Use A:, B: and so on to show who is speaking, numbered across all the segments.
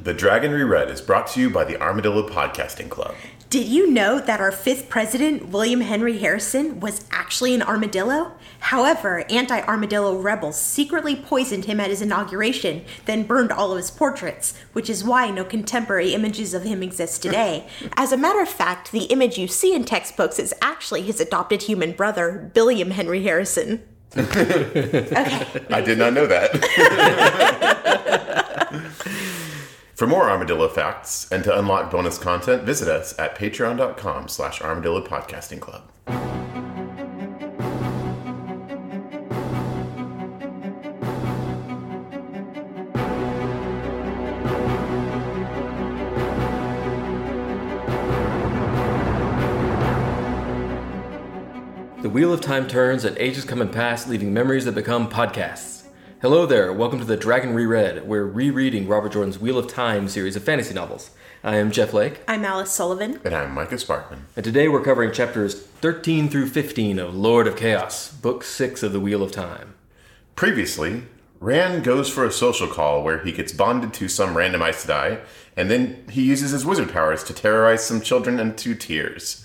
A: The Dragon Reread is brought to you by the Armadillo Podcasting Club.
B: Did you know that our fifth president, William Henry Harrison, was actually an armadillo? However, anti armadillo rebels secretly poisoned him at his inauguration, then burned all of his portraits, which is why no contemporary images of him exist today. As a matter of fact, the image you see in textbooks is actually his adopted human brother, Billiam Henry Harrison. okay.
A: I did not know that. For more Armadillo facts and to unlock bonus content, visit us at patreon.com slash armadillo podcasting club.
C: The wheel of time turns and ages come and pass, leaving memories that become podcasts. Hello there, welcome to the Dragon Reread. We're rereading Robert Jordan's Wheel of Time series of fantasy novels. I am Jeff Lake,
B: I'm Alice Sullivan.
A: And I'm Micah Sparkman.
C: and today we're covering chapters 13 through 15 of Lord of Chaos, book 6 of the Wheel of Time.
A: Previously, Rand goes for a social call where he gets bonded to some random Aes Sedai, and then he uses his wizard powers to terrorize some children into tears.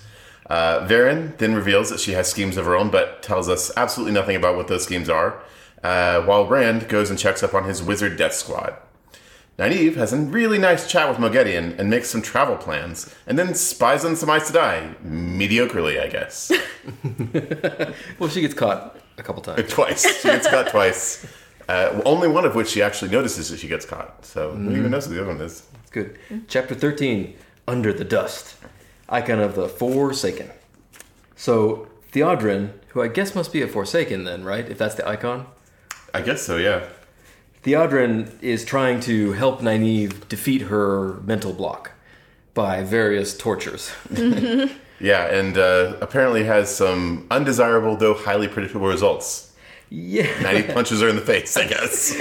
A: Uh, Varen then reveals that she has schemes of her own, but tells us absolutely nothing about what those schemes are, uh, while Rand goes and checks up on his wizard death squad. Nynaeve has a really nice chat with Mogedion and makes some travel plans, and then spies on some Aes Sedai, mediocrely, I guess.
C: Well, she gets caught a couple times.
A: twice. She gets caught twice. Uh, only one of which she actually notices that she gets caught. So who
C: Mm.
A: even knows who the other one is?
C: It's good. Chapter 13 Under the Dust, Icon of the Forsaken. So, Theodrin, who I guess must be a Forsaken then, right? If that's the icon?
A: I guess so. Yeah.
C: Theodrin is trying to help Nynaeve defeat her mental block by various tortures.
A: Yeah, and uh, apparently has some undesirable though highly predictable results.
C: yeah,
A: And he punches her in the face. I guess.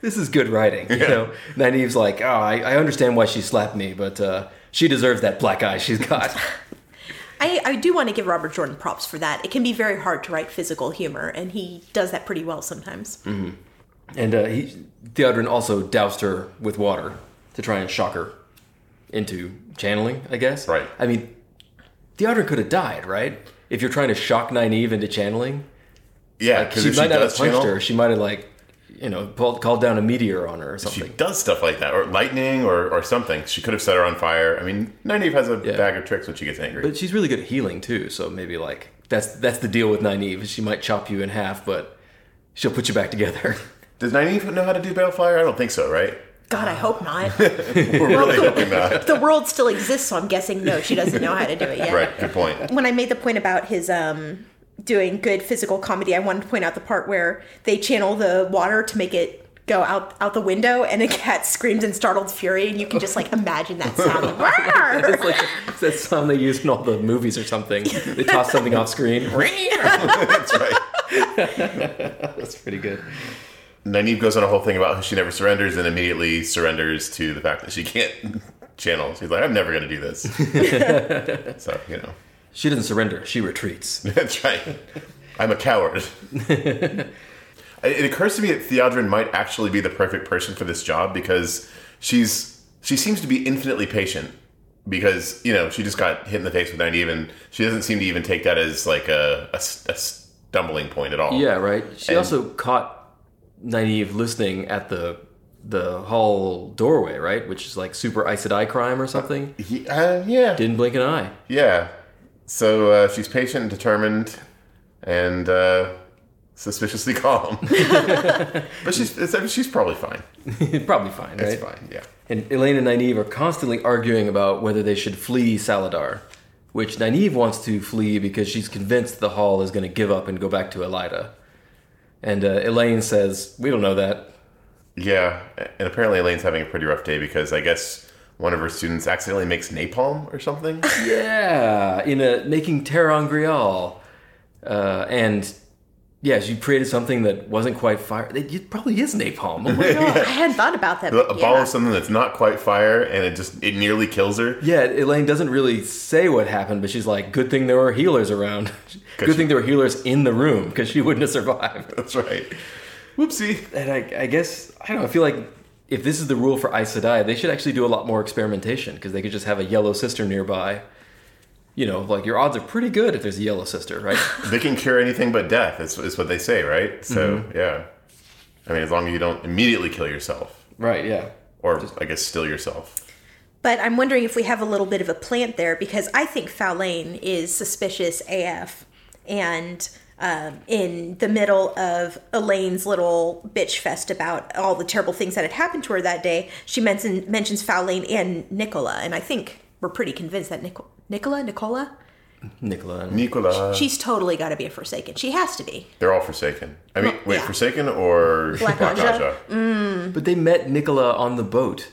C: this is good writing. You know, Nynaeve's like, oh, I, I understand why she slapped me, but uh, she deserves that black eye she's got.
B: I, I do want to give Robert Jordan props for that. It can be very hard to write physical humor, and he does that pretty well sometimes.
C: and uh, he, Theodrin also doused her with water to try and shock her into channeling, I guess.
A: Right.
C: I mean, Theodrin could have died, right? If you're trying to shock Nynaeve into channeling.
A: Yeah,
C: Like,
A: because
C: she
A: if she
C: might not have
A: does
C: punched
A: channel,
C: her. She might have like, you know, pulled, called down a meteor on her or
A: she
C: something.
A: does stuff like that, or lightning, or, or something. She could have set her on fire. I mean, Nynaeve has a
C: Yeah.
A: bag of tricks when she gets angry.
C: but she's really good at healing too. So maybe like that's that's the deal with Nynaeve. She might chop you in half, but she'll put you back together.
A: Does Nynaeve know how to do balefire? I don't think so, right?
B: God, I hope not.
A: We're really hoping not.
B: the world still exists, so I'm guessing no, she doesn't know how to do it yet.
A: Right. Good point.
B: When I made the point about his um, doing good physical comedy, I wanted to point out the part where they channel the water to make it go out out the window, and a cat screams in startled fury, and you can just like imagine that sound. Like, "Rawr!"
C: it's like it's that sound they use in all the movies or something. They toss something off screen.
A: That's right.
C: that's pretty good.
A: Nynaeve goes on a whole thing about how she never surrenders and immediately surrenders to the fact that she can't channel. She's like, I'm never going to do this. so, you know,
C: She doesn't surrender. She retreats.
A: that's right. I'm a coward. it occurs to me that Theodrin might actually be the perfect person for this job because she's she seems to be infinitely patient because, you know, she just got hit in the face with Nynaeve and she doesn't seem to even take that as like a, a s- a stumbling point at all.
C: Yeah, right. She also caught Nynaeve listening at the the hall doorway, right? Which is like super Aes Sedai crime or something.
A: He- uh, yeah.
C: Didn't blink an eye.
A: Yeah. So uh, she's patient and determined and uh, suspiciously calm. but she's, it's, I mean, she's probably fine.
C: Probably fine, right?
A: It's fine, yeah.
C: And Elaine and Nynaeve are constantly arguing about whether they should flee Saladar, which Nynaeve wants to flee because she's convinced the Hall is going to give up and go back to Elida. And uh, Elaine says, We don't know that.
A: Yeah. And apparently Elaine's having a pretty rough day because I guess one of her students accidentally makes napalm or something.
C: Yeah, in a, making Terran Grial. Uh, and yeah, she created something that wasn't quite fire. It, it probably is napalm. Oh my God.
B: I hadn't thought about that.
A: a
B: but
A: ball
B: yeah.
A: of something that's not quite fire and it just, it nearly kills her.
C: yeah, Elaine doesn't really say what happened, but she's like, Good thing there were healers around. Good
A: she-
C: thing there were healers in the room because she wouldn't have survived.
A: That's right. Whoopsie.
C: And I, I guess I don't know. I feel like if this is the rule for Aes Sedai, they should actually do a lot more experimentation because they could just have a yellow sister nearby. You know, like your odds are pretty good if there's a yellow sister, right?
A: They can cure anything but death, is, is what they say, right? So, yeah. I mean, as long as you don't immediately kill yourself,
C: right, yeah.
A: or I guess still yourself.
B: But I'm wondering if we have a little bit of a plant there because I think Faulane is suspicious AF. And um, in the middle of Elaine's little bitch fest about all the terrible things that had happened to her that day, she mention, mentions Faulane and Nicola. And I think we're pretty convinced that Nic- Nicola, Nicola,
C: Nicola. and-
A: Nicola.
B: she's totally got to be a Forsaken. She has to be.
A: They're all Forsaken. I mean,
B: Well,
A: wait,
B: yeah.
A: Forsaken or
B: Black Aja? Mm.
C: But they met Nicola on the boat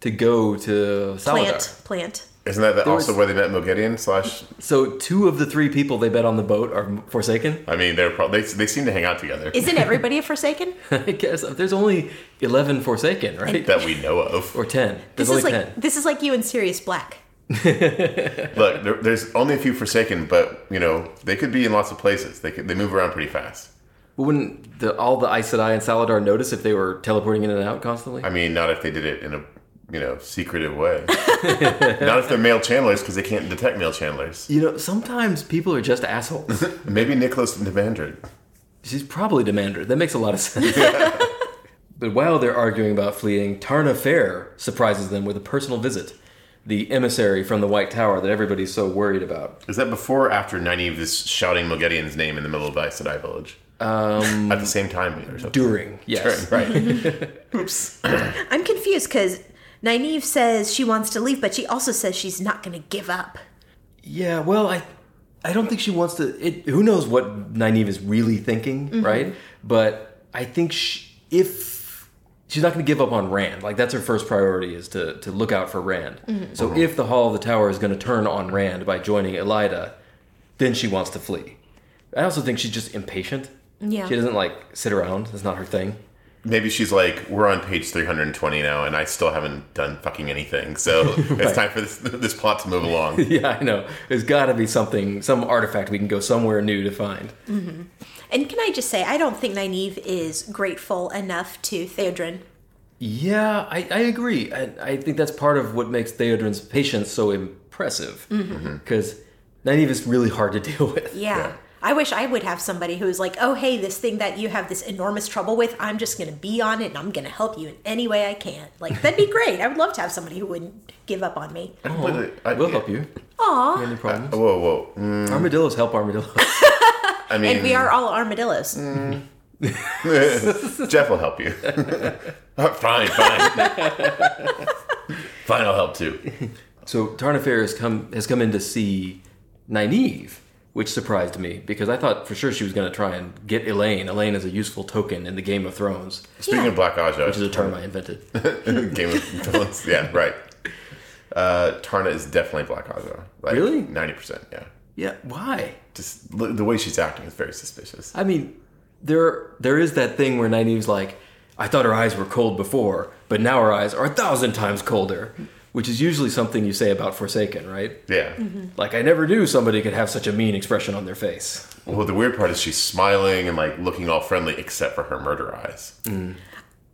C: to go to Saladar.
B: Plant, plant.
A: Isn't that the, also
C: was-
A: where they met Mogeddon? Slash,
C: So two of the three people they met on the boat are Forsaken.
A: I mean, they're pro- they they seem to hang out together
B: Isn't everybody a Forsaken?
C: I guess there's only eleven Forsaken, right?
A: that we know of.
C: or ten. There's
B: This is
C: only
B: like
C: ten.
B: this is like you and Sirius Black.
A: Look, there, there's only a few Forsaken, but you know they could be in lots of places. They could, they move around pretty fast.
C: But wouldn't the, all the Aes Sedai and Saladar notice if they were teleporting in and out constantly?
A: I mean, not if they did it in a you know secretive way. not if they're male channelers because they can't detect male channelers.
C: you know, sometimes people are just assholes.
A: Maybe Nicholas Devandred.
C: She's probably Demander. That makes a lot of sense. but while they're arguing about fleeing, Tarna Fair surprises them with a personal visit. The emissary from the White Tower that everybody's so worried about.
A: Is that before or after Nynaeve is shouting Mogeddon's name in the middle of Aes Sedai Village? Um, At the same time or something.
C: During, yes.
A: Right.
B: I'm confused because Nynaeve says she wants to leave, but she also says she's not going to give up.
C: Yeah, well, I I don't think she wants to. It, who knows what Nynaeve is really thinking, right? But I think she, if she's not going to give up on Rand, like that's her first priority is to to look out for Rand. So if the Hall of the Tower is going to turn on Rand by joining Elida, then she wants to flee. I also think she's just impatient.
B: Yeah.
C: She doesn't like sit around. That's not her thing.
A: Maybe she's like, we're on page 320 now, and I still haven't done fucking anything. So it's time for this, this plot to move along.
C: Yeah, I know. There's got to be something, some artifact we can go somewhere new to find.
B: And can I just say, I don't think Nynaeve is grateful enough to Theodrin.
C: Yeah, I, I agree. I, I think that's part of what makes Theodrin's patience so impressive. Because Nynaeve is really hard to deal with.
B: Yeah.
A: Yeah.
B: I wish I would have somebody who is like, oh, hey, this thing that you have this enormous trouble with, I'm just going to be on it and I'm going to help you in any way I can. Like, that'd be great. I would love to have somebody who wouldn't give up on me.
A: Completely- I-
C: Oh, We'll help you.
B: Aw.
C: No problem.
A: Whoa, whoa. Mm,
C: Armadillos help armadillos.
A: I mean,
B: And we are all armadillos.
A: Jeff will help you. Oh, fine, fine. fine, I'll help too.
C: so Tarnifair has come has come in to see Nynaeve, which surprised me because I thought for sure she was going to try and get Elaine. Elaine is a useful token in the Game of Thrones,
A: Speaking
B: Yeah.
A: of Black Aja,
C: which is a term I invented.
A: Game of Thrones. Yeah, right. Uh, Tarna is definitely Black Aja. Like
C: Really?
A: Ninety percent. Yeah.
C: yeah, why?
A: Just l- the way she's acting is very suspicious.
C: I mean, there there is that thing where Nynaeve's like, I thought her eyes were cold before, but now her eyes are a thousand times colder, which is usually something you say about Forsaken, right?
A: Yeah.
B: Mm-hmm.
C: Like, I never knew somebody could have such a mean expression on their face.
A: Well, the weird part is she's smiling and like looking all friendly, except for her murder eyes.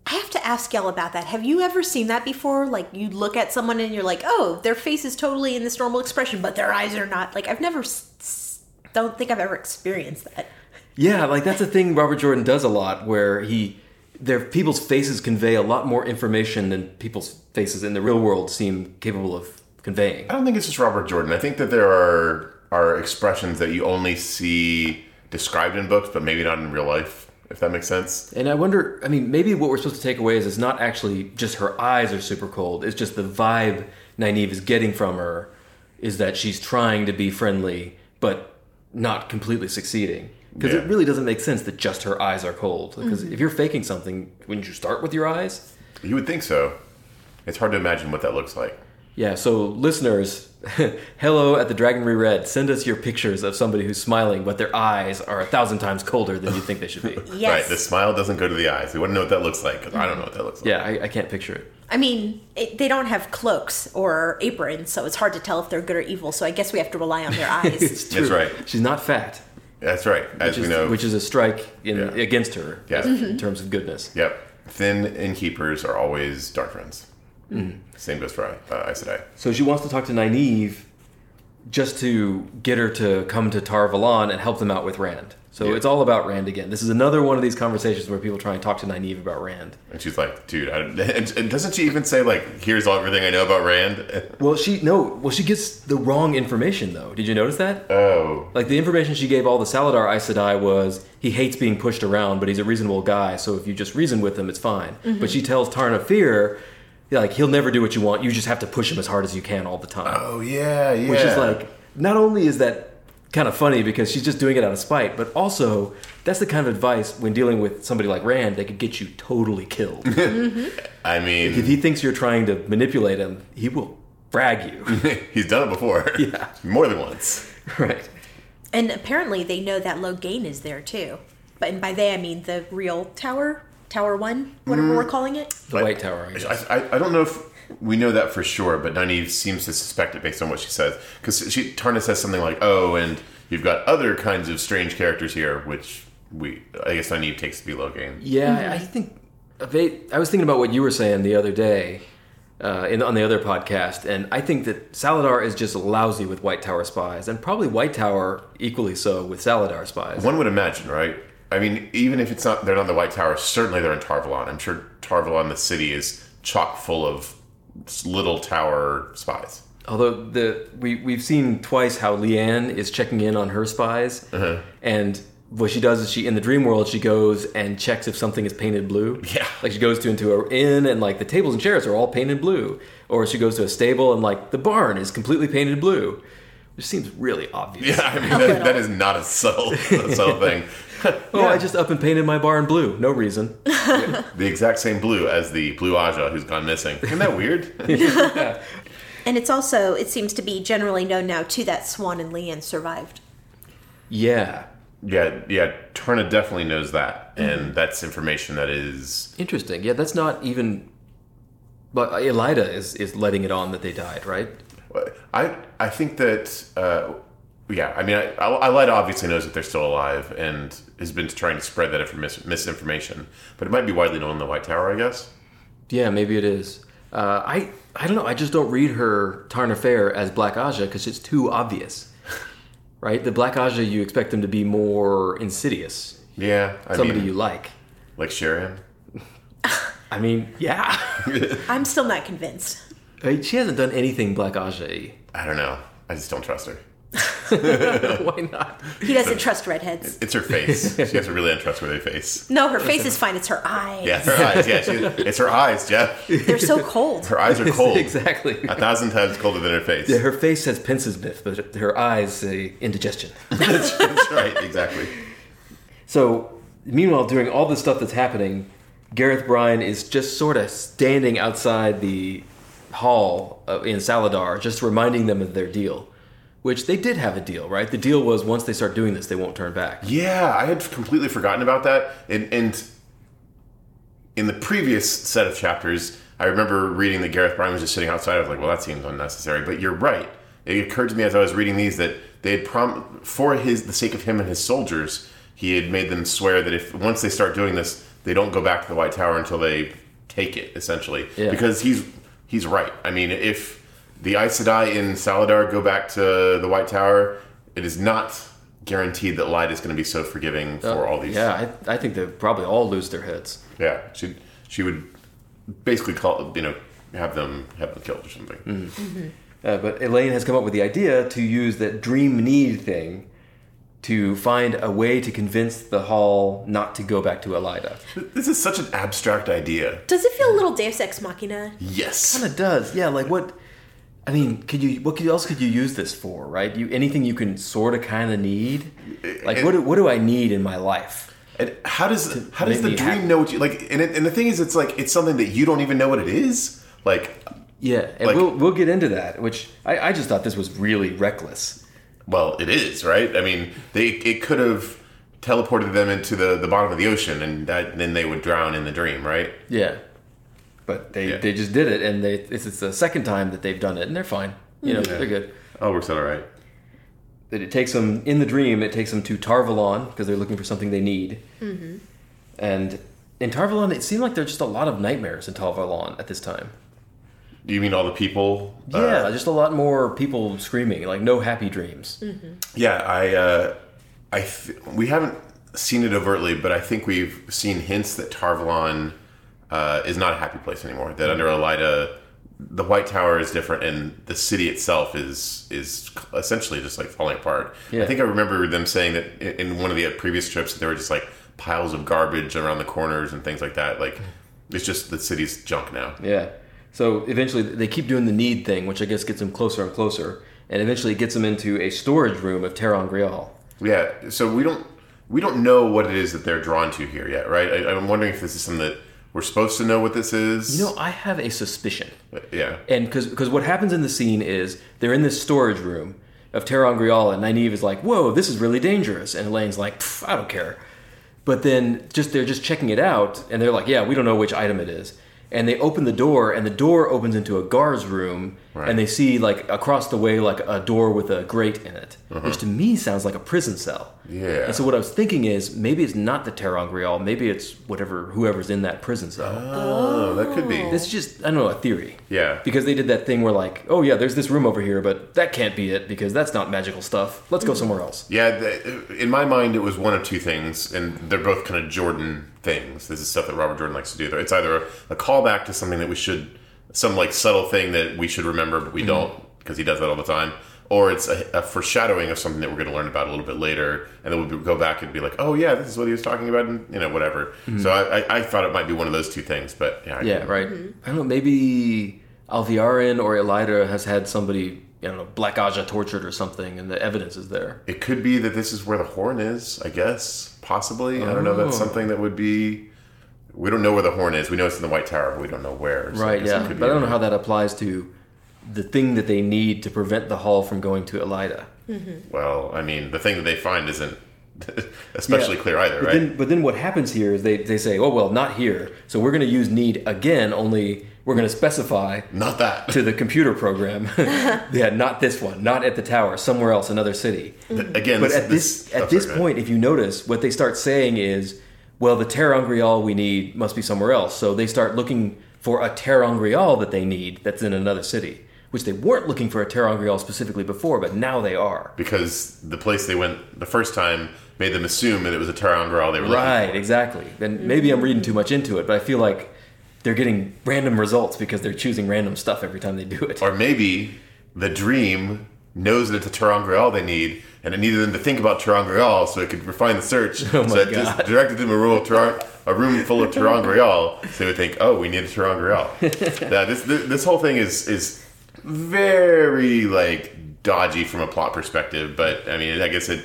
B: I have to ask y'all about that. Have you ever seen that before? Like you look at someone and you're like, "Oh, their face is totally in this normal expression, but their eyes are not." Like I've never s- s- don't think I've ever experienced that.
C: Yeah, like that's a thing Robert Jordan does a lot, where he their people's faces convey a lot more information than people's faces in the real world seem capable of conveying.
A: I don't think it's just Robert Jordan. I think that there are are expressions that you only see described in books, but maybe not in real life. If that makes sense.
C: And I wonder, I mean, maybe what we're supposed to take away is it's not actually just her eyes are super cold. It's just the vibe Nynaeve is getting from her is that she's trying to be friendly, but not completely succeeding. Because
A: Yeah.
C: it really doesn't make sense that just her eyes are cold. Because if you're faking something, wouldn't you start with your eyes?
A: You would think so. It's hard to imagine what that looks like.
C: Yeah, so listeners, hello at the Dragon Reread. Send us your pictures of somebody who's smiling, but their eyes are a thousand times colder than you think they should be.
B: Yes.
A: Right. The smile doesn't go to the eyes. We want to know what that looks like because I don't know what that looks like.
C: yeah, I, I can't picture it.
B: I mean, it, they don't have cloaks or aprons, so it's hard to tell if they're good or evil. So I guess we have to rely on their eyes.
C: It's true.
A: right.
C: She's not fat.
A: That's right. As
C: which
A: we
C: is,
A: know.
C: which is a strike in,
A: Yeah.
C: against her
A: Yeah.
C: in terms of goodness.
A: Yep. Thin innkeepers are always dark friends.
C: Mm-hmm.
A: Same goes for uh, Aes Sedai.
C: So she wants to talk to Nynaeve just to get her to come to Tar Valon and help them out with Rand. So
A: Yeah.
C: it's all about Rand again. This is another one of these conversations where people try and talk to Nynaeve about Rand.
A: And she's like, dude, I, don't- and, and doesn't she even say, like, here's all, everything I know about Rand?
C: Well, she no, well she gets the wrong information though. Did you notice that?
A: oh.
C: Like the information she gave all the Saladar Aes Sedai was he hates being pushed around, but he's a reasonable guy, so if you just reason with him, it's fine. But she tells Tarna Fear, like he'll never do what you want. You just have to push him as hard as you can all the time.
A: Oh, yeah, yeah.
C: which is like not only is that kind of funny because she's just doing it out of spite but also that's the kind of advice when dealing with somebody like rand that could get you totally killed
A: I mean,
C: if he thinks you're trying to manipulate him he will frag you
A: he's done it before.
C: Yeah.
A: More than once.
C: right
B: And apparently they know that Loghain is there too. But and by they I mean the real tower, Tower One, whatever we're calling it.
C: the white tower I guess.
A: I, I, I don't know if we know that for sure, but Nynaeve seems to suspect it based on what she says. Because she Tarna says something like, "Oh, and you've got other kinds of strange characters here," which we I guess Nynaeve takes to be Logan.
C: yeah I- i think they, i was thinking about what you were saying the other day uh, in, on the other podcast and i think that saladar is just lousy with white tower spies and probably white tower equally so with saladar spies
A: One would imagine, right? I mean, even if it's not they're not in the White Tower, certainly they're in Tarvalon. I'm sure Tarvalon, the city, is chock full of little tower spies.
C: Although the we we've seen twice how Leanne is checking in on her spies,
A: Uh-huh.
C: and what she does is she in the dream world she goes and checks if something is painted blue.
A: Yeah.
C: like she goes to into an inn and like the tables and chairs are all painted blue, or she goes to a stable and like the barn is completely painted blue, which seems really obvious.
A: Yeah, I mean that, that is not a subtle, a subtle thing.
C: Oh, I just up and painted my barn blue, no reason.
A: The exact same blue as the blue Aja who's gone missing. Isn't that weird?
B: And it's also it seems to be generally known now too that Swan and Leanne survived.
C: yeah,
A: Yeah, yeah. Turner definitely knows that, and that's information that is.
C: interesting. Yeah, that's not even. But Elida is is letting it on that they died, right?
A: I I think that. Uh, yeah, I mean, I, I, Elida obviously knows that they're still alive and has been trying to spread that inform- misinformation, but it might be widely known in the White Tower, I guess.
C: Yeah, maybe it is. Uh, I I don't know. I just don't read her Tarna Fair as Black Aja because it's too obvious, right? The Black Aja you expect them to be more insidious,
A: Yeah, I
C: somebody
A: mean,
C: you like.
A: like Sherian.
C: I mean, yeah,
B: I'm still not convinced.
C: I mean, she hasn't done anything Black Aja.
A: I don't know. I just don't trust her.
C: Why not?
B: He doesn't trust redheads.
A: It's her face. she has a really untrustworthy face.
B: No, her face is fine, it's her eyes.
A: Yeah, her eyes. Yeah, she, it's her eyes, Jeff.
B: They're so cold.
A: Her eyes are cold.
C: exactly.
A: A thousand times colder than her face.
C: Her face says Pinsesmith, but her eyes say indigestion.
A: that's, that's right. Exactly.
C: So, meanwhile, during all this stuff that's happening, Gareth Bryan is just sort of standing outside the hall uh, in Saladar, just reminding them of their deal, which they did have a deal, right? The deal was once they start doing this, they won't turn back.
A: Yeah, I had completely forgotten about that. And, and in the previous set of chapters, I remember reading that Gareth Bryan was just sitting outside. I was like, well, that seems unnecessary. But you're right. It occurred to me as I was reading these that they had prom for his the sake of him and his soldiers, he had made them swear that if once they start doing this, they don't go back to the White Tower until they take it, essentially.
C: Yeah.
A: Because he's he's right. I mean, if the Aes Sedai in Saladar go back to the White Tower, it is not guaranteed that Light is going to be so forgiving for all these
C: Oh, Yeah, I, I think they probably all lose their heads.
A: yeah, she she would basically call you know have them have them killed or something.
C: Uh, but Elaine has come up with the idea to use that dream need thing to find a way to convince the hall not to go back to Elida.
A: This is such an abstract idea.
B: Does it feel a little Deus Ex Machina?
A: Yes,
C: kind of does. Yeah, like what? I mean, could you? What could, else could you use this for? Right? You anything you can sort of kind of need. Like what? do- What do I need in my life?
A: and how does how does
C: make
A: the
C: me
A: dream
C: happy.
A: know what you like? And it, and the thing is, it's like it's something that you don't even know what it is. Like,
C: Yeah, and
A: Like-
C: we'll we'll get into that. Which I, I just thought this was really reckless.
A: well, it is right. I mean, they it could have teleported them into the the bottom of the ocean, and that, then they would drown in the dream, right?
C: Yeah, but they
A: Yeah.
C: they just did it, and they it's, it's the second time that they've done it, and they're fine. You know, they're good.
A: Oh, works out all right.
C: that it takes them Mm-hmm. in the dream. It takes them to Tarvalon because they're looking for something they need, and in Tarvalon, it seemed like there are just a lot of nightmares in Tarvalon at this time.
A: You mean all the people? Uh,
C: Yeah, Uh, just a lot more people screaming, like no happy dreams.
A: Yeah, I, uh, I, th- we haven't seen it overtly, but I think we've seen hints that Tarvalon uh, is not a happy place anymore. That under Elida, the White Tower is different, and the city itself is is essentially just like falling apart.
C: Yeah.
A: I think I remember them saying that i- in one of the previous trips, there were just like piles of garbage around the corners and things like that. Like it's just the city's junk now.
C: Yeah. So eventually they keep doing the need thing, which I guess gets them closer and closer, and eventually it gets them into a storage room of Terran Grial.
A: Yeah, so we don't we don't know what it is that they're drawn to here yet, right? I, I'm wondering if this is something that we're supposed to know what this is.
C: You know, I have a suspicion.
A: yeah,
C: And because what happens in the scene is they're in this storage room of Terran Grial, and Nynaeve is like, whoa, this is really dangerous. And Elaine's like, "Pff, I don't care. But then just they're just checking it out, and they're like, yeah, we don't know which item it is. And they open the door, and the door opens into a guard's room,
A: Right.
C: and they see like across the way like a door with a grate in it, which to me sounds like a prison cell.
A: Uh-huh. Yeah.
C: And so what I was thinking is maybe it's not the Terran Grial, maybe it's whatever whoever's in that prison cell.
A: oh, that could be.
C: It's just I don't know a theory.
A: Yeah.
C: Because they did that thing where like, oh yeah, there's this room over here, but that can't be it because that's not magical stuff. Let's go somewhere else.
A: Yeah, th- in my mind, it was one of two things, and they're both kind of Jordan things. This is stuff that Robert Jordan likes to do. It's either a, a callback to something that we should, some like subtle thing that we should remember, but we don't, because he does that all the time, or it's a, a foreshadowing of something that we're going to learn about a little bit later, and then we'll go back and be like, oh yeah, this is what he was talking about, and you know whatever. So I, I, I thought it might be one of those two things, but yeah, I
C: Yeah,
A: couldn't-
C: right. I don't know. Maybe Alviarin or Elida has had somebody, I don't know, Black Aja tortured or something, and the evidence is there.
A: It could be that this is where the horn is, I guess. Possibly. I don't know. That's
C: Oh.
A: something that would be. We don't know where the horn is. We know it's in the White Tower, but we don't know where. so I
C: Right.
A: guess
C: Yeah.
A: it could
C: But
A: be-
C: I don't know how that applies to the thing that they need to prevent the hall from going to Elida.
A: Well, I mean, the thing that they find isn't especially clear either,
C: But
A: right?
C: then, but then what happens here is they, they say, oh, well, not here. So we're going to use need again, only we're going to specify
A: Not that.
C: to the computer program. yeah, not this one, not at the tower, somewhere else, another city.
A: Again,
C: But at this,
A: oh,
C: at this
A: sorry, go ahead.
C: point, if you notice, what they start saying is, well, the Terangrial we need must be somewhere else. So they start looking for a Terangrial that they need that's in another city, which they weren't looking for a Terangrial specifically before, but now they are.
A: Because the place they went the first time made them assume that it was a Tarangal they were
C: Right,
A: looking for.
C: exactly. And maybe I'm reading too much into it, but I feel like they're getting random results because they're choosing random stuff every time they do it.
A: Or maybe the dream knows that it's a Tarangal they need, and it needed them to think about Tarangal so it could refine the search.
C: Oh
A: so
C: my
A: it just
C: God.
A: directed them a room of Taran- a room full of Tarangal, so they would think, oh, we need a Tarangal. yeah, this, this this whole thing is is very like dodgy from a plot perspective, but I mean, I guess it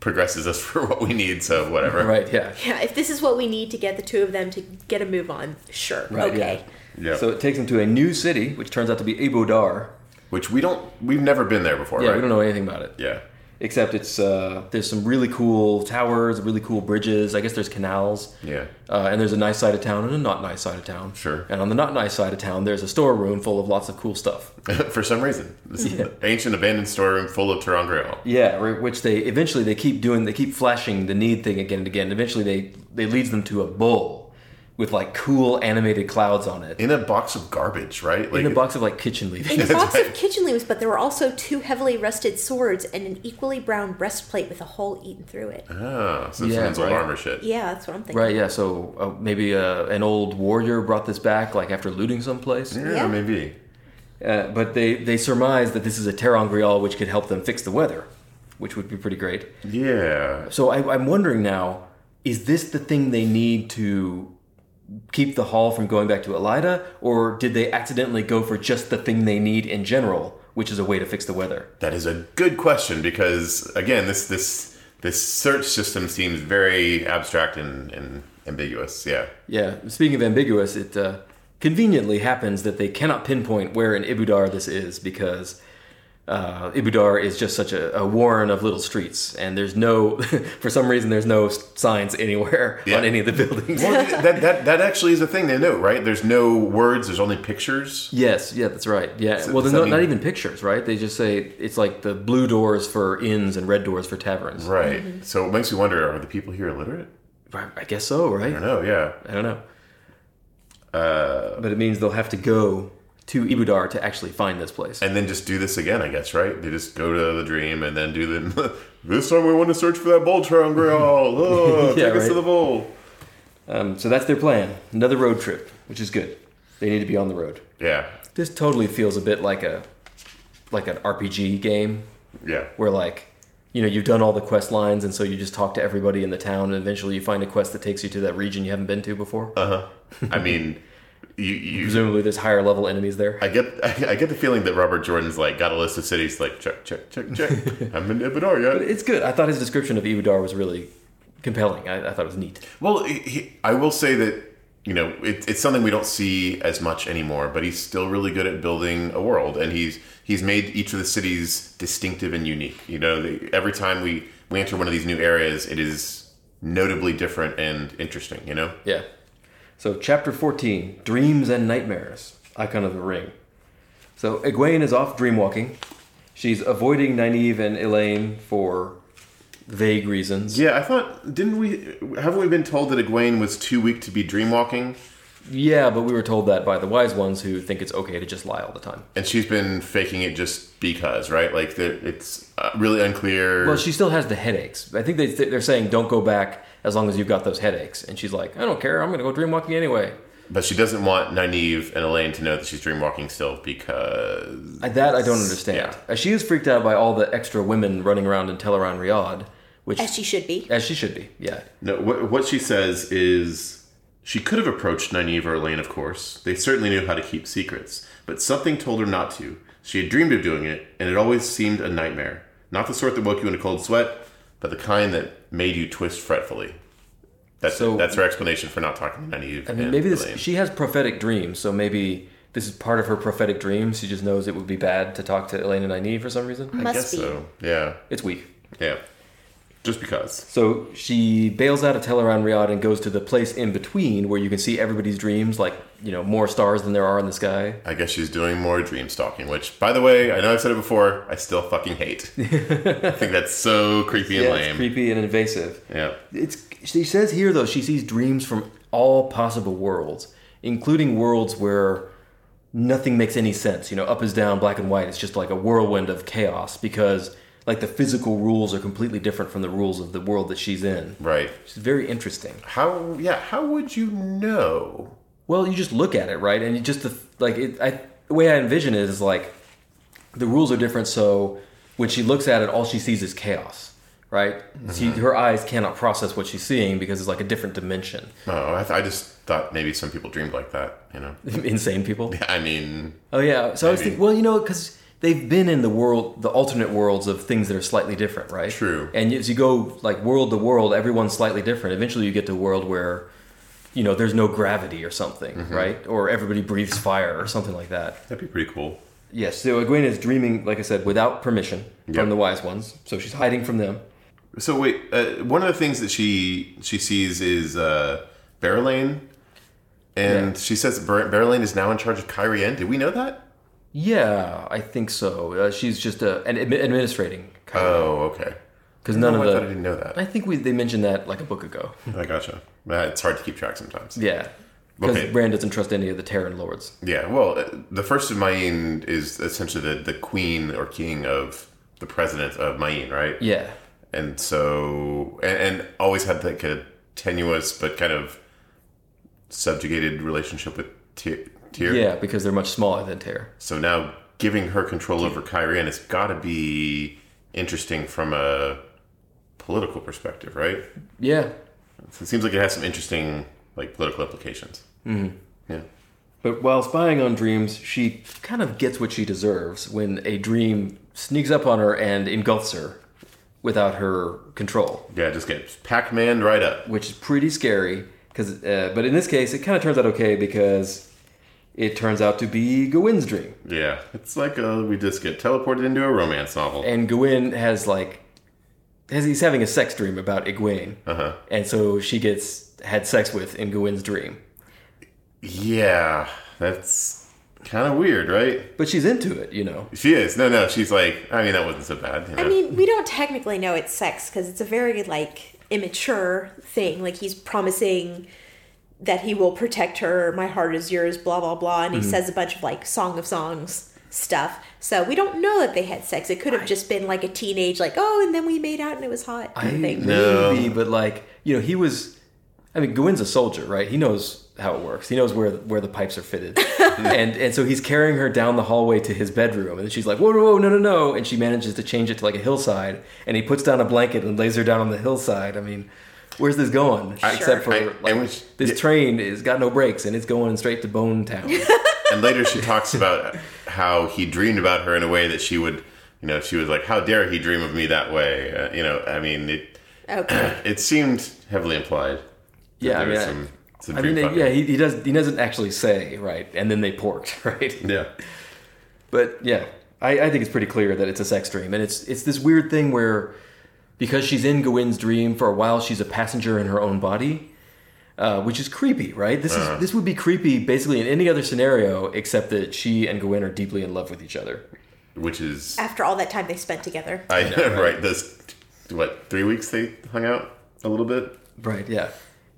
A: progresses us for what we need. So whatever.
C: Right, yeah.
B: Yeah, if this is what we need to get the two of them to get a move on, sure.
C: Right,
B: okay.
C: yeah.
A: Yeah.
C: So it takes them to a new city, which turns out to be Abodar.
A: Which we don't. We've never been there before.
C: Yeah,
A: right?
C: we don't know anything about it.
A: Yeah.
C: Except it's uh, there's some really cool towers, really cool bridges. I guess there's canals.
A: Yeah.
C: Uh, and there's a nice side of town and a not nice side of town.
A: Sure.
C: And on the not nice side of town, there's a storeroom full of lots of cool stuff.
A: for some reason, this is an ancient abandoned storeroom full of Tarangal.
C: Yeah, re- which they eventually they keep doing. They keep flashing the need thing again and again. Eventually, they they leads them to a bull with like cool animated clouds on it
A: in a box of garbage, right? Like
C: in a box of like kitchen leavings.
B: In a box of kitchen leaves, but there were also two heavily rusted swords and an equally brown breastplate with a hole eaten through it.
A: Oh, so
C: Yeah,
A: someone's old
C: right.
A: armor shit.
B: Yeah, that's what I'm thinking.
C: Right, yeah. So uh, maybe uh, an old warrior brought this back, like after looting someplace.
A: Yeah,
B: Yeah.
A: maybe.
C: Uh, but they they surmise that this is a Terangrial, which could help them fix the weather, which would be pretty great.
A: Yeah.
C: So I, I'm wondering now: is this the thing they need to keep the hall from going back to Elida, or did they accidentally go for just the thing they need in general, which is a way to fix the weather?
A: That is a good question because again, this this this search system seems very abstract and, and ambiguous. Yeah.
C: Yeah. Speaking of ambiguous, it uh, conveniently happens that they cannot pinpoint where in Ibudar this is because uh, Ibudar is just such a, a warren of little streets, and there's no, for some reason, there's no s- signs anywhere
A: Yeah.
C: on any of the buildings.
A: Well, that, that that actually is a thing they know, right? There's no words. There's only pictures.
C: Yes, yeah, that's right. Yeah, well,
A: does
C: there's
A: that
C: no,
A: mean-
C: not even pictures, right? They just say it's like the blue doors for inns and red doors for taverns.
A: Right. So it makes me wonder: Are the people here illiterate?
C: I I guess so, right?
A: I don't know, yeah.
C: I don't know. Uh, but it means they'll have to go to Ibudar to actually find this place.
A: And then just do this again, I guess, right? They just go to the dream and then do the. this time we want to search for that bowl triangle. Oh, take
C: Yeah,
A: us
C: right.
A: to the bowl.
C: Um, so that's their plan. Another road trip, which is good. They need to be on the road.
A: Yeah,
C: This totally feels a bit like a like an RPG game
A: yeah.
C: where like you know you've done all the quest lines and so you just talk to everybody in the town and eventually you find a quest that takes you to that region you haven't been to before.
A: I mean, you, you
C: Presumably there's higher level enemies there.
A: I get I, I get the feeling that Robert Jordan's like got a list of cities like check check check check. I'm in Ibadar yet.
C: It's good. I thought his description of Ibudar was really compelling. I, I thought it was neat.
A: Well, he- he, I will say that you know it, it's something we don't see as much anymore, but he's still really good at building a world, and he's he's made each of the cities distinctive and unique. You know, the, every time we we enter one of these new areas, it is notably different and interesting. You know,
C: Yeah. So, chapter 14 Dreams and Nightmares, Icon of the Ring. So, Egwene is off dreamwalking. She's avoiding Nynaeve and Elaine for vague reasons.
A: yeah. I thought didn't we haven't we been told that Egwene was too weak to be dreamwalking,
C: Yeah, but we were told that by the wise ones who think it's okay to just lie all the time.
A: and she's been faking it just because, right? Like the, it's uh, really unclear.
C: Well, she still has the headaches. I think they, they're saying don't go back as long as you've got those headaches. And she's like, I don't care. I'm going to go dreamwalking anyway.
A: but she doesn't want Nynaeve and Elaine to know that she's dreamwalking still because.
C: I- That I don't understand.
A: Yeah.
C: Uh, She is freaked out by all the extra women running around in Teleron Riyadh, which,
B: As she should be.
C: as she should be. Yeah.
A: No, what, what she says is she could have approached Nynaeve or Elaine, of course. They certainly knew how to keep secrets, but something told her not to. She had dreamed of doing it, and it always seemed a nightmare. Not the sort that woke you in a cold sweat, but the kind that made you twist fretfully. That's
C: So-
A: that's her explanation for not talking to Nynaeve.
C: I mean,
A: and
C: maybe this
A: Elaine.
C: she has prophetic dreams, so maybe this is part of her prophetic dreams. She just knows it would be bad to talk to Elaine and Nynaeve for some reason.
A: I
B: Must
A: guess
B: be.
A: so. Yeah,
C: It's weak.
A: yeah. Just because.
C: So she bails out of Teleron Riyadh and goes to the place in between where you can see everybody's dreams, like, you know, more stars than there are in the sky.
A: I guess she's doing more dream stalking, which, by the way, I know I've said it before, I still fucking hate. I think that's so creepy and
C: Yeah,
A: lame.
C: it's creepy and invasive.
A: yeah.
C: It's she says here though she sees dreams from all possible worlds, including worlds where nothing makes any sense. You know, up is down, black and white. It's just like a whirlwind of chaos because like the physical rules are completely different from the rules of the world that she's in.
A: Right.
C: It's very interesting.
A: How? Yeah. How would you know?
C: Well, you just look at it, right? And you just the, like it, I, the way I envision it is like the rules are different. So when she looks at it, all she sees is chaos, right? She, her eyes cannot process what she's seeing because it's like a different dimension.
A: Oh, I, th- I just thought maybe some people dreamed like that. You know.
C: Insane people.
A: I mean,
C: Oh yeah. So I was
A: Maybe.
C: thinking, well, you know, because they've been in the world, the alternate worlds of things that are slightly different, right?
A: True.
C: And as you go like world to world, everyone's slightly different. Eventually, you get to a world where, you know, there's no gravity or something,
A: Mm-hmm.
C: right? Or everybody breathes fire or something like that.
A: that'd be pretty cool.
C: Yes. So Egwene is dreaming, like I said, without permission
A: Yep.
C: from the wise ones. So she's hiding from them.
A: So wait, uh, one of the things that she she sees is uh, Berylane, and
C: Yeah.
A: she says Ber- Berylane is now in charge of Kyrian. Did we know that?
C: Yeah, I think so. Uh, she's just uh, an admi- administrating
A: Oh, okay.
C: because none
A: Oh,
C: of
A: I
C: the.
A: thought I didn't know that.
C: I think we they mentioned that like a book ago.
A: I gotcha. Uh, It's hard to keep track sometimes.
C: Yeah. Because
A: Okay.
C: Bran doesn't trust any of the Terran lords.
A: Yeah, well, uh, the first of Mayin is essentially the, the queen or king of the president of Mayin, right?
C: Yeah.
A: and so and, and always had like a tenuous but kind of subjugated relationship with Tyr. Tyr.
C: Yeah, because they're much smaller than Tyr.
A: So now giving her control over Kyrian has got to be interesting from a political perspective, right?
C: Yeah.
A: It seems like it has some interesting like political implications. Mm-hmm. Yeah.
C: But while spying on dreams, she kind of gets what she deserves when a dream sneaks up on her and engulfs her without her control,
A: Yeah, just get Pac-Man right up.
C: which is pretty scary. Cause, uh, but in this case, it kind of turns out okay because it turns out to be Gawain's dream.
A: Yeah, it's like uh we just get teleported into a romance novel.
C: and Gawain has like has he's having a sex dream about Egwene,
A: Uh-huh.
C: and so she gets had sex with in Gawain's dream,
A: Yeah, that's kind of weird, right?
C: but she's into it, you know.
A: She is. No, no. She's like, I mean, that wasn't so bad. You know?
B: I mean, we don't technically know it's sex because it's a very like immature thing. Like he's promising that he will protect her, my heart is yours, blah blah blah, and
C: Mm-hmm.
B: he says a bunch of like Song of Songs stuff. So we don't know that they had sex. It could have just been like a teenage, like oh, and then we made out and it was hot kind of thing.
A: No.
C: Maybe, but like you know, he was. I mean, Gawain's a soldier, right? He knows how it works. He knows where where the pipes are fitted, and and so he's carrying her down the hallway to his bedroom, and she's like, "Whoa, whoa, whoa, no, no, no!" And she manages to change it to like a hillside, and he puts down a blanket and lays her down on the hillside. I mean, where's this going? Except for
A: I- I
C: like,
A: was-
C: this
A: yeah.
C: train has got no brakes, and it's going straight to Bone Town.
A: and later she talks about how he dreamed about her in a way that she would, you know, she was like, "How dare he dream of me that way?" Uh, you know, I mean, it
B: Okay.
A: it seemed heavily implied. that
C: yeah, I
A: there
C: mean,
A: was
C: I-
A: some, some
C: I mean,
A: dream
C: they-
A: fucking.
C: yeah, he, he does. He doesn't actually say right, and then they porked right.
A: yeah.
C: But yeah, I, I think it's pretty clear that it's a sex dream, and it's it's this weird thing where because she's in Gawain's dream for a while, she's a passenger in her own body, uh, which is creepy, right? This is this would be creepy basically in any other scenario except that she and Gawain are deeply in love with each other.
A: which is
B: After all that time they spent together.
A: I right. This what three weeks they hung out a little bit.
C: Right. Yeah.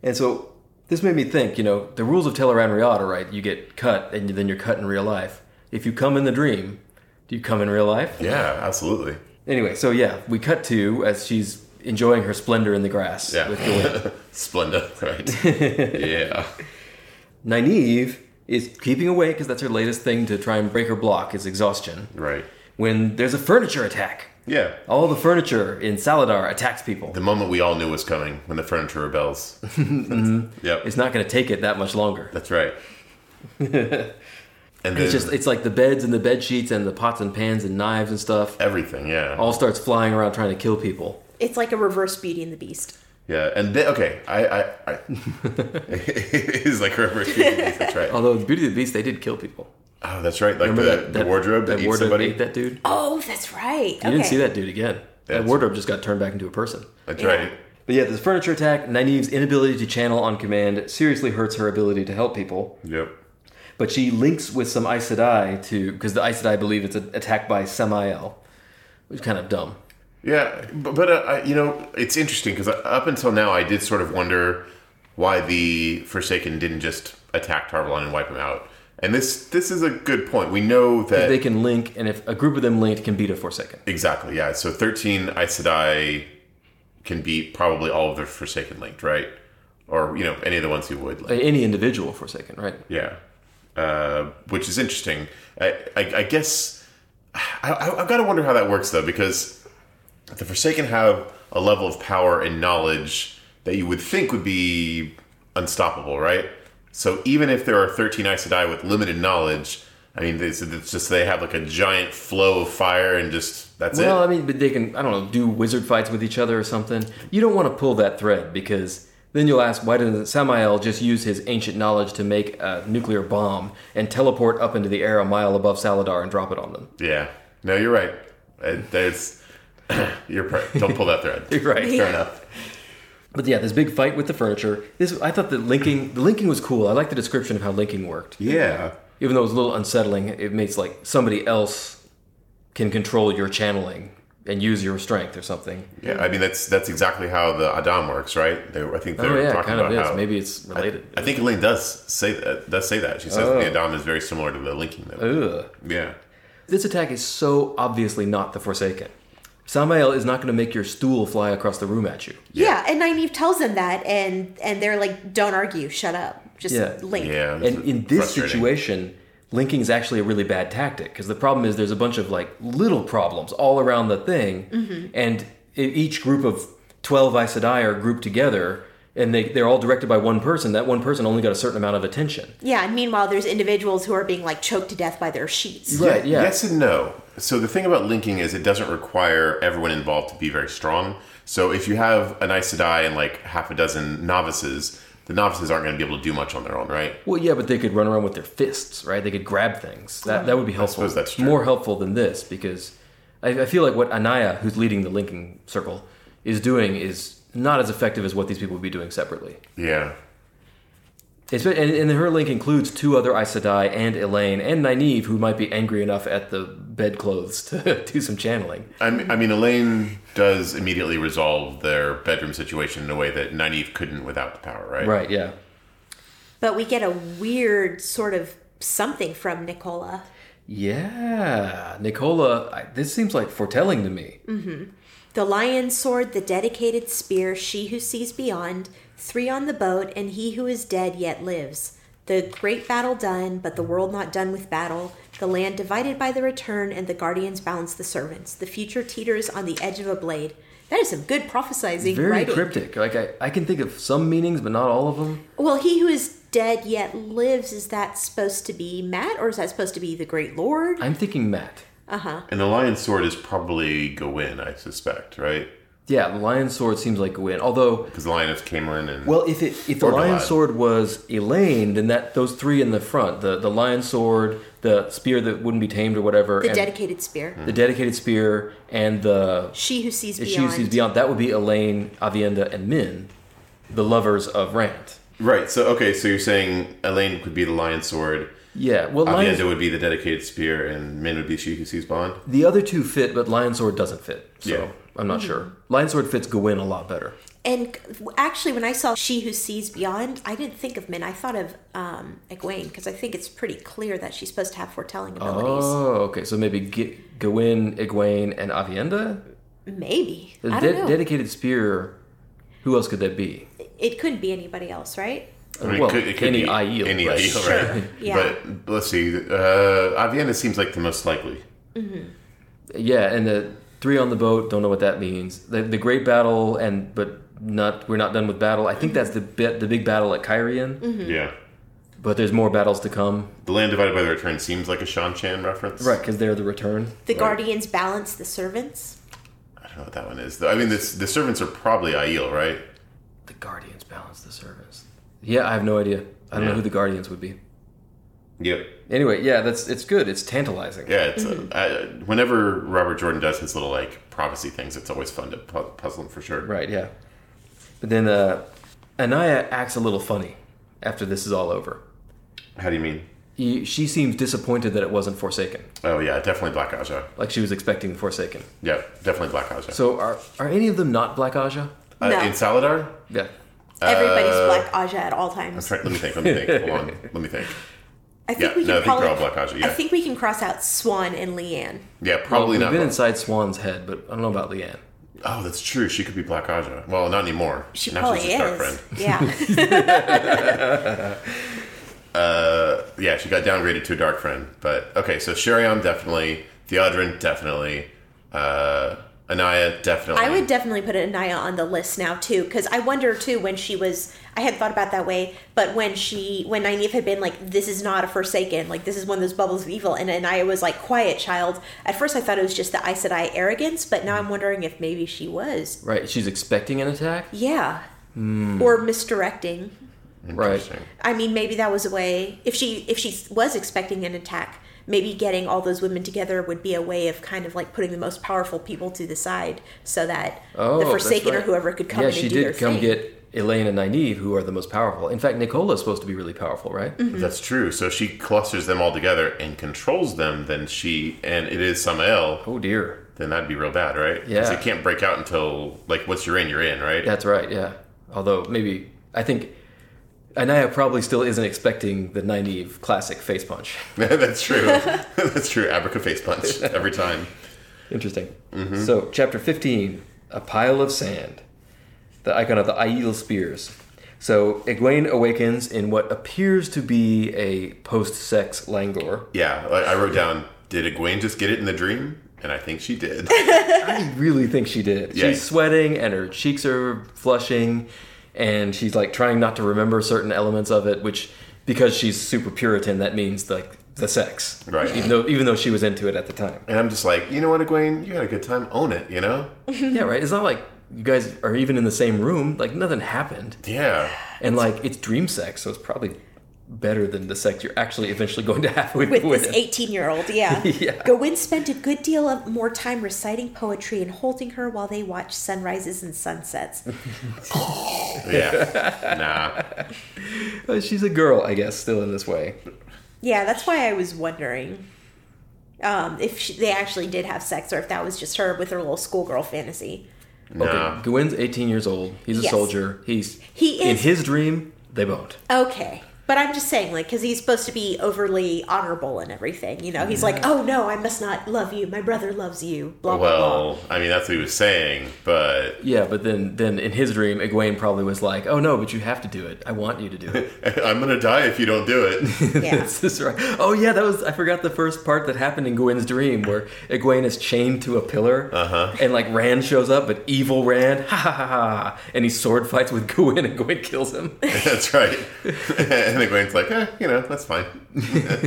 C: And so this made me think. You know, the rules of Teleran Riata, right? You get cut, and then you're cut in real life. If you come in the dream, do you come in real life?
A: Yeah, absolutely.
C: Anyway, so yeah, we cut to as she's enjoying her splendor in the grass
A: Yeah,
C: with Gawain.
A: Splenda, right? yeah,
C: Nynaeve is keeping awake because that's her latest thing to try and break her block is exhaustion.
A: right.
C: When there's a furniture attack,
A: Yeah,
C: all the furniture in Saladar attacks people.
A: the moment we all knew was coming when the furniture rebels. yep,
C: Mm-hmm. It's not going to take it that much longer.
A: that's right. and then
C: It's just it's like the beds and the bed sheets and the pots and pans and knives and stuff
A: everything. Yeah,
C: all starts flying around trying to kill people.
B: It's like a reverse Beauty and the Beast.
A: yeah. And then okay, I, I, I it is like reverse. Beauty and the Beast, That's right.
C: Although the Beauty of the Beast, they did kill people.
A: Oh, that's right. Like the,
C: Remember
A: the wardrobe that, eats
C: wardrobe
A: somebody.
C: ate that dude. You
B: Oh, that's right. okay.
C: didn't see that dude again. that
A: That's-
C: wardrobe just got turned back into a person.
A: That's
B: Yeah.
A: right.
C: But yeah, this furniture attack, Nynaeve's inability to channel on command seriously hurts her ability to help people.
A: Yep.
C: But she links with some Aes Sedai to because the Aes Sedai believe it's a, attacked by Samael, which is kind of dumb.
A: Yeah, but, but uh, I- you know, it's interesting because up until now, I did sort of wonder why the Forsaken didn't just attack Tarvalon and wipe him out. And this this is a good point. We know that
C: They can link, and if a group of them linked, can beat a Forsaken.
A: exactly. Yeah. So thirteen Aes Sedai can beat probably all of the Forsaken linked, right? Or you know, any of the ones who would. Like,
C: Any individual Forsaken, right?
A: yeah. Uh, which is interesting. I, I, I guess I, I, I've got to wonder how that works though, because the Forsaken have a level of power and knowledge that you would think would be unstoppable, right? So even if there are 13 Aes Sedai with limited knowledge, I mean, it's, it's just they have like a giant flow of fire and just that's
C: Well,
A: it.
C: I mean, but they can I don't know do wizard fights with each other or something. You don't want to pull that thread because then you'll ask why doesn't Samael just use his ancient knowledge to make a nuclear bomb and teleport up into the air a mile above Saladar and drop it on them?
A: Yeah. No, you're right. Uh, There's, you're pr- don't pull that thread.
C: Right.
A: Fair enough.
C: But yeah, this big fight with the furniture. This I thought the linking the linking was cool. I like the description of how linking worked.
A: Yeah.
C: Even though it was a little unsettling, it makes like somebody else can control your channeling and use your strength or something.
A: Yeah, I mean that's that's exactly how the Adam works, right? They, I think they're
C: Mm-hmm. Oh yeah,
A: talking
C: kind of
A: about
C: is.
A: how.
C: Maybe it's related. Oh.
A: I think Elaine does say that, does say that. She says that the Adam is very similar to the linking though.
C: Ugh.
A: Yeah,
C: This attack is so obviously not the Forsaken. Samael is not going to make your stool fly across the room at you.
B: Yeah, and Nynaeve tells them that, and and they're like, "Don't argue, shut up, just
C: Yeah.
B: link."
A: yeah.
C: And in this
A: frustrating.
C: situation, linking is actually a really bad tactic because the problem is there's a bunch of like little problems all around the thing, and i- each group of twelve Aes Sedai are grouped together, and they they're all directed by one person. That one person only got a certain amount of attention.
B: Yeah, and meanwhile, there's individuals who are being like choked to death by their sheets.
C: Right, yeah.
A: Yes and no. So the thing about linking is it doesn't require everyone involved to be very strong. So if you have an Aes Sedai and like half a dozen novices, the novices aren't going to be able to do much on their own, right?
C: Well, yeah, but they could run around with their fists, right? They could grab things. That that would be helpful.
A: suppose that's true.
C: more helpful than this because I, I feel like what Anaya, who's leading the linking circle, is doing is not as effective as what these people would be doing separately.
A: Yeah,
C: It's been, and, and her link includes two other Aes Sedai and Elaine and Nynaeve, who might be angry enough at the bedclothes to do some channeling.
A: I mean, I mean, Elaine does immediately resolve their bedroom situation in a way that Nynaeve couldn't without the power, right?
C: Right, yeah.
B: But we get a weird sort of something from Nicola.
C: Yeah, Nicola, I, this seems like foretelling to me.
B: Mm, The lion's sword, the dedicated spear, she who sees beyond, three on the boat, and he who is dead yet lives. The great battle done, but the world not done with battle. The land divided by the return, and the guardians balance the servants. The future teeters on the edge of a blade. That is some good prophesizing
C: Very
B: writing.
C: cryptic. Like, I, I can think of some meanings, but not all of them.
B: Well, he who is dead yet lives, is that supposed to be Matt, or is that supposed to be the great lord? Uh-huh.
C: I'm thinking Matt.
A: And the lion's sword is probably Gawain, I suspect, right?
C: Yeah, the lion's sword seems like a win. Although,
A: Because the lion is Camelin and
C: well, if it if the
A: Or Delilah.
C: lion's sword was Elaine, then that those three in the front, the the lion's sword, the spear that wouldn't be tamed or whatever,
B: The
C: and
B: dedicated spear.
C: the dedicated spear, and the
B: She who sees
C: if
B: beyond.
C: she who sees beyond, that would be Elaine, Avienda, and Min, the lovers of Rant.
A: right. So okay, so you're saying Elaine could be the lion's sword,
C: Yeah, well, lion's,
A: Avienda would be the dedicated spear, and Min would be she who sees Bond.
C: the other two fit, but lion's sword doesn't fit. So
A: Yeah.
C: I'm
B: Mm-hmm.
C: not sure. Lion's sword fits Gawain a lot better.
B: And c- actually, when I saw She Who Sees Beyond, I didn't think of Min. I thought of um, Egwene because I think it's pretty clear that she's supposed to have foretelling abilities.
C: Oh, okay. So maybe G- Gawain, Egwene, and Avienda.
B: Maybe
C: The
B: I
C: de-
B: don't know.
C: dedicated spear. Who else could that be?
B: it couldn't be anybody else, right?
A: I mean,
C: well,
A: it could, it could
C: any E,
A: be
C: IEL,
A: any
C: right?
A: IEL,
B: Sure,
A: right?
B: yeah.
A: But let's see. Uh, Avienda seems like the most likely.
C: Yeah, and the three on the boat. Don't know what that means. The, the great battle, and but not we're not done with battle. I
B: Mm-hmm.
C: think that's the bit, the big battle at Kyrian.
A: Yeah.
C: But there's more battles to come,
A: The land divided by the return seems like a Shan Chan reference.
C: right? Because they're the return.
B: The
A: Right.
B: guardians balance the servants.
A: I don't know what that one is. though. I mean, this, the servants are probably Aiel, right?
C: The guardians balance the service. Yeah, I have no idea. I don't know
A: Yeah.
C: who the guardians would be.
A: Yep.
C: Anyway, yeah, that's it's good. It's tantalizing.
A: Yeah. It's
B: Mm-hmm.
A: uh I- whenever Robert Jordan does his little like prophecy things, it's always fun to pu- puzzle him for sure.
C: Right, yeah. But then uh, Anaya acts a little funny after this is all over.
A: How do you mean?
C: He, she seems disappointed that it wasn't Forsaken,
A: Oh yeah, definitely Black Aja.
C: like she was expecting Forsaken.
A: Yeah, definitely Black Aja.
C: So are are any of them not Black Aja?
A: uh,
B: No.
A: in Saladar.
C: Yeah.
B: Everybody's
A: Uh,
B: black Aja at all times.
A: Sorry, let me think. Let me think. Hold on. Let me think.
B: I think
A: Yeah,
B: we can
A: no, I think
B: probably.
A: they're all black Aja.
B: I
A: Yeah,
B: think we can cross out Swan and Leanne.
A: yeah, probably
C: We've
A: not.
C: been inside Swan's head, but I don't know about Leanne.
A: Oh, that's true. She could be Black Aja. Well, not anymore.
B: She
A: now
B: probably
A: she's just our
B: is.
A: friend.
B: Yeah.
A: Yeah, she got downgraded to a dark friend. But okay, so Sherion definitely, Theodrin definitely, uh, Anaya definitely.
B: I would definitely put Anaya on the list now too, because I wonder too when she was. I had thought about that way, but when she, when Nynaeve had been like, "This is not a Forsaken, like this is one of those bubbles of evil," and Anaya was like, "Quiet, child." At first, I thought it was just the Aes Sedai arrogance, but now I'm wondering if maybe she was,
C: Right, she's expecting an attack.
B: yeah,
A: Hmm.
B: or misdirecting.
C: Right.
A: Interesting.
B: I mean, maybe that was a way. If she, if she was expecting an attack, maybe getting all those women together would be a way of kind of like putting the most powerful people to the side, so that
C: Oh,
B: the
C: that's
B: Forsaken or
C: right.
B: whoever could come.
C: Yeah,
B: in and
C: she
B: do their
C: did come
B: thing.
C: get Elaine and Nynaeve, who are the most powerful. In fact, Nicola is supposed to be really powerful, right?
B: Mm-hmm.
A: That's true. So she clusters them all together and controls them. Then she and it is Samael.
C: Oh dear.
A: Then that'd be real bad, right? 'Cause
C: Yeah.
A: it can't break out until like once you're in, you're in, right?
C: That's right, yeah. Although maybe I think Anaya probably still isn't expecting the Nynaeve classic face punch.
A: That's true. That's true. Abraca face punch every time.
C: Interesting. So, chapter 15, a pile of sand, the icon of the Aiel spears. So, Egwene awakens in what appears to be a post-sex languor.
A: Yeah, I, I wrote down. Did Egwene just get it in the dream? And I think she did.
C: I really think she did.
A: Yeah.
C: She's sweating and her cheeks are flushing and she's like trying not to remember certain elements of it, which because she's super Puritan, that means like the sex.
A: Right.
C: Even though even though she was into it at the time.
A: and I'm just like, you know what, Egwene, you had a good time. Own it. You know?
C: yeah, right. It's not like you guys are even in the same room. Like nothing happened.
A: Yeah.
C: And like it's dream sex, so it's probably better than the sex you're actually eventually going to have with,
B: with
C: with.
B: this 18 year old, yeah.
C: Yeah.
B: Gawain spent a good deal of more time reciting poetry and holding her while they watched sunrises and sunsets.
A: Yeah. nah.
C: Uh, She's a girl, I guess, still in this way.
B: yeah, that's why I was wondering. um, if she, they actually did have sex or if that was just her with her little schoolgirl fantasy.
A: Nah.
C: Okay, Gwyn's 18 years old. He's a
B: Yes.
C: soldier. He's
B: He
C: in
B: is-
C: his dream. They won't.
B: Okay. But I'm just saying, like, because he's supposed to be overly honorable and everything. You know, he's like, oh no, I must not love you. My brother loves you. Blah, blah, blah.
A: Well, I mean, that's what he was saying, but
C: Yeah, but then then in his dream, Egwene probably was like, "Oh no, but you have to do it. I want you to do it."
A: I'm gonna die if you don't do it.
B: Yeah.
C: this is right. Oh yeah, that was I forgot the first part that happened in Gwen's dream where Egwene is chained to a pillar, uh-huh. and like Rand shows up, but evil Rand, ha ha ha, ha, and he sword fights with Gwen, and Gwen kills him.
A: that's right. and Egwene's like, eh, you know, that's fine.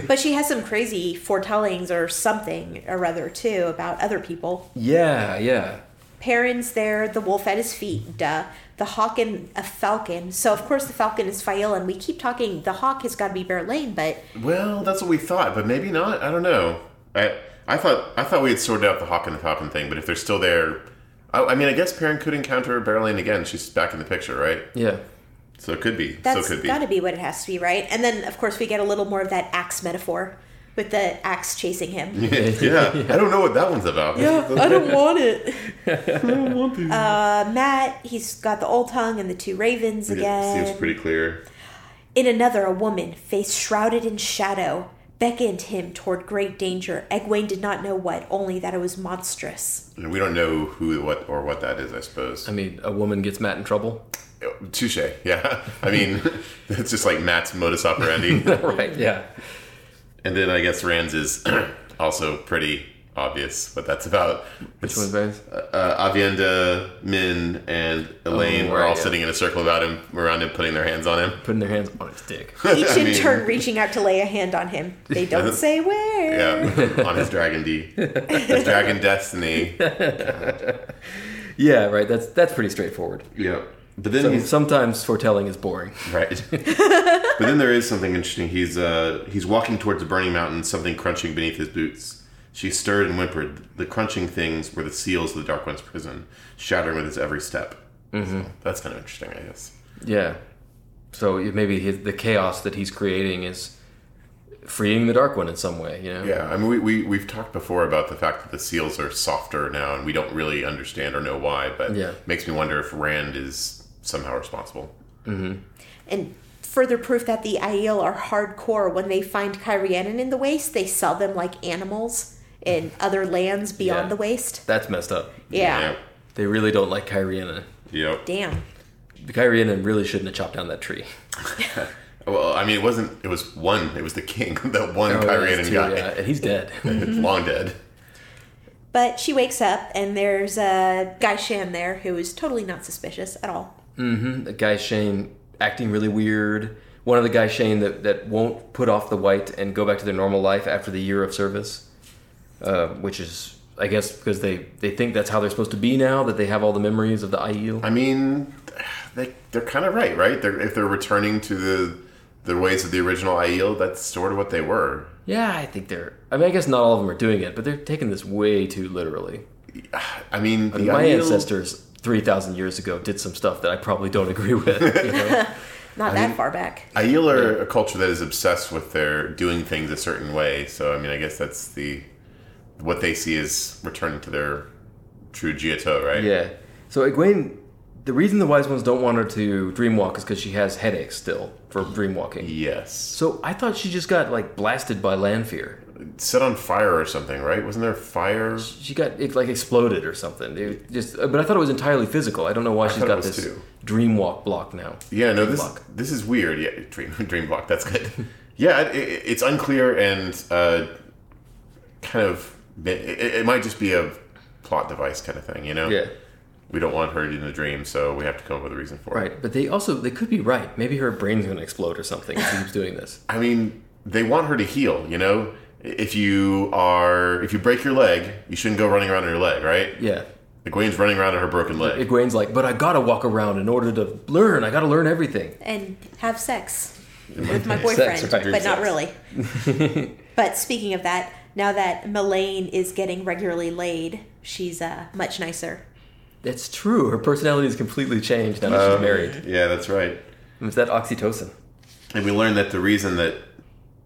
B: but she has some crazy foretellings or something or other, too, about other people.
C: yeah, yeah.
B: Perrin's there, the wolf at his feet, duh. The hawk and a falcon. So, of course, the falcon is Fael, and we keep talking the hawk has got to be Bear Lane, but
A: Well, that's what we thought, but maybe not. I don't know. I I thought I thought we had sorted out the Hawk and the Falcon thing, but if they're still there, I, I mean, I guess Perrin could encounter Berylane again. She's back in the picture, right?
C: Yeah.
A: So it could be.
B: that's
A: so it could be.
B: got to be what it has to be, right? And then, of course, we get a little more of that axe metaphor with the axe chasing him.
A: yeah. I don't know what that one's about.
B: I don't want it.
A: don't want to.
B: Uh, Matt, he's got the old tongue and the two ravens again.
A: Seems pretty clear.
B: In another, a woman, face shrouded in shadow, beckoned him toward great danger. Egwene did not know what, only that it was monstrous.
A: We don't know who, what, or what that is. I suppose.
C: I mean, a woman gets Matt in trouble.
A: Touche. Yeah. I mean, that's just like Matt's modus operandi.
C: right. Yeah.
A: And then I guess Rand's is also pretty obvious what that's about.
C: Which one's Rand's?
A: Uh, Avienda, Min, and Elaine
C: Oh,
A: were
C: right,
A: all
C: yeah.
A: sitting in a circle about him, around him, putting their hands on him.
C: Putting their hands on his dick.
B: Each
A: I
B: in
A: mean-
B: turn reaching out to lay a hand on him. They don't say where.
A: Yeah, on his Dragon D. His Dragon Destiny.
C: yeah. Right. That's that's pretty straightforward.
A: Yep. But then
C: I mean,
A: he's
C: sometimes foretelling is boring.
A: right. but then there is something interesting. He's uh he's walking towards a burning mountain, something crunching beneath his boots. She stirred and whimpered. The crunching things were the seals of the Dark One's prison, shattering with his every step. So that's kind of interesting, I guess.
C: Yeah. So it- maybe his, the chaos that he's creating is freeing the Dark One in some way, you know?
A: Yeah, I mean, we, we, we've talked before about the fact that the seals are softer now, and we don't really understand or know why, but
C: Yeah.
A: makes me wonder if Rand is somehow responsible.
B: And further proof that the Aiel are hardcore. When they find Kyrianan in the waste, they sell them like animals in other lands beyond
C: Yeah.
B: the waste.
C: That's messed up.
B: Yeah.
C: They really don't like Kyriana.
A: Yeah. Yep.
B: Damn.
C: Kyriana really shouldn't have chopped down that tree.
A: Well, I mean, it wasn't, it was one, it was the king, that one
C: Oh,
A: Kyrian
C: that's too-
A: guy.
C: yeah, and he's dead.
A: Long dead.
B: But she wakes up and there's a guy Shan there who is totally not suspicious at all.
C: the guy Shane acting really weird. One of the guy Shane that, that won't put off the white and go back to their normal life after the year of service, uh, which is, I guess, because they, they think that's how they're supposed to be now, that they have all the memories of the E IEL.
A: I mean, they, they're kind of right, right? They're, if they're returning to the, the ways of the original Aiel, that's sort of what they were.
C: Yeah, I think they're. I mean, I guess not all of them are doing it, but they're taking this way too literally.
A: I mean, the
C: My
A: Aiel-
C: ancestors, 3,000 years ago, did some stuff that I probably don't agree with. you know?
B: Not that far back.
A: Aiel are a culture that is obsessed with their doing things a certain way. So I mean, I guess that's the what they see is returning to their true Giotto, right?
C: yeah. So, Egwene, the reason the wise ones don't want her to dreamwalk is because she has headaches still for dreamwalking.
A: Yes.
C: So, I thought she just got, like, blasted by land fear.
A: Set on fire or something, right? Wasn't there fire?
C: She got, it, like, exploded or something. It just, uh, but I thought it was entirely physical. I don't know why she's
A: thought it
C: got
A: was
C: this
A: too.
C: dreamwalk block now.
A: Yeah. No. This
C: block.
A: this is weird. Yeah. Dream dream block. That's good. yeah. It, it, it's unclear and uh, kind of it, it it might just be a plot device kind of thing. You know.
C: Yeah.
A: We don't want her in the dream, so we have to come up with a reason for it.
C: Right, but they also they could be right. Maybe her brain's gonna explode or something if she keeps doing this.
A: I mean, they want her to heal, you know? If you are, if you break your leg, you shouldn't go running around on your leg, right?
C: Yeah.
A: Egwene's running around on her broken leg.
C: Egwene's like, but I gotta walk around in order to learn. I gotta learn everything.
B: And have sex with my boyfriend,
C: right.
B: but
A: Sex.
B: not really. but speaking of that, now that Melaine is getting regularly laid, she's uh, much nicer.
C: That's true. Her personality has completely changed now that
A: Uh.
C: she's married.
A: Yeah, that's right.
C: It's that oxytocin.
A: And we learn that the reason that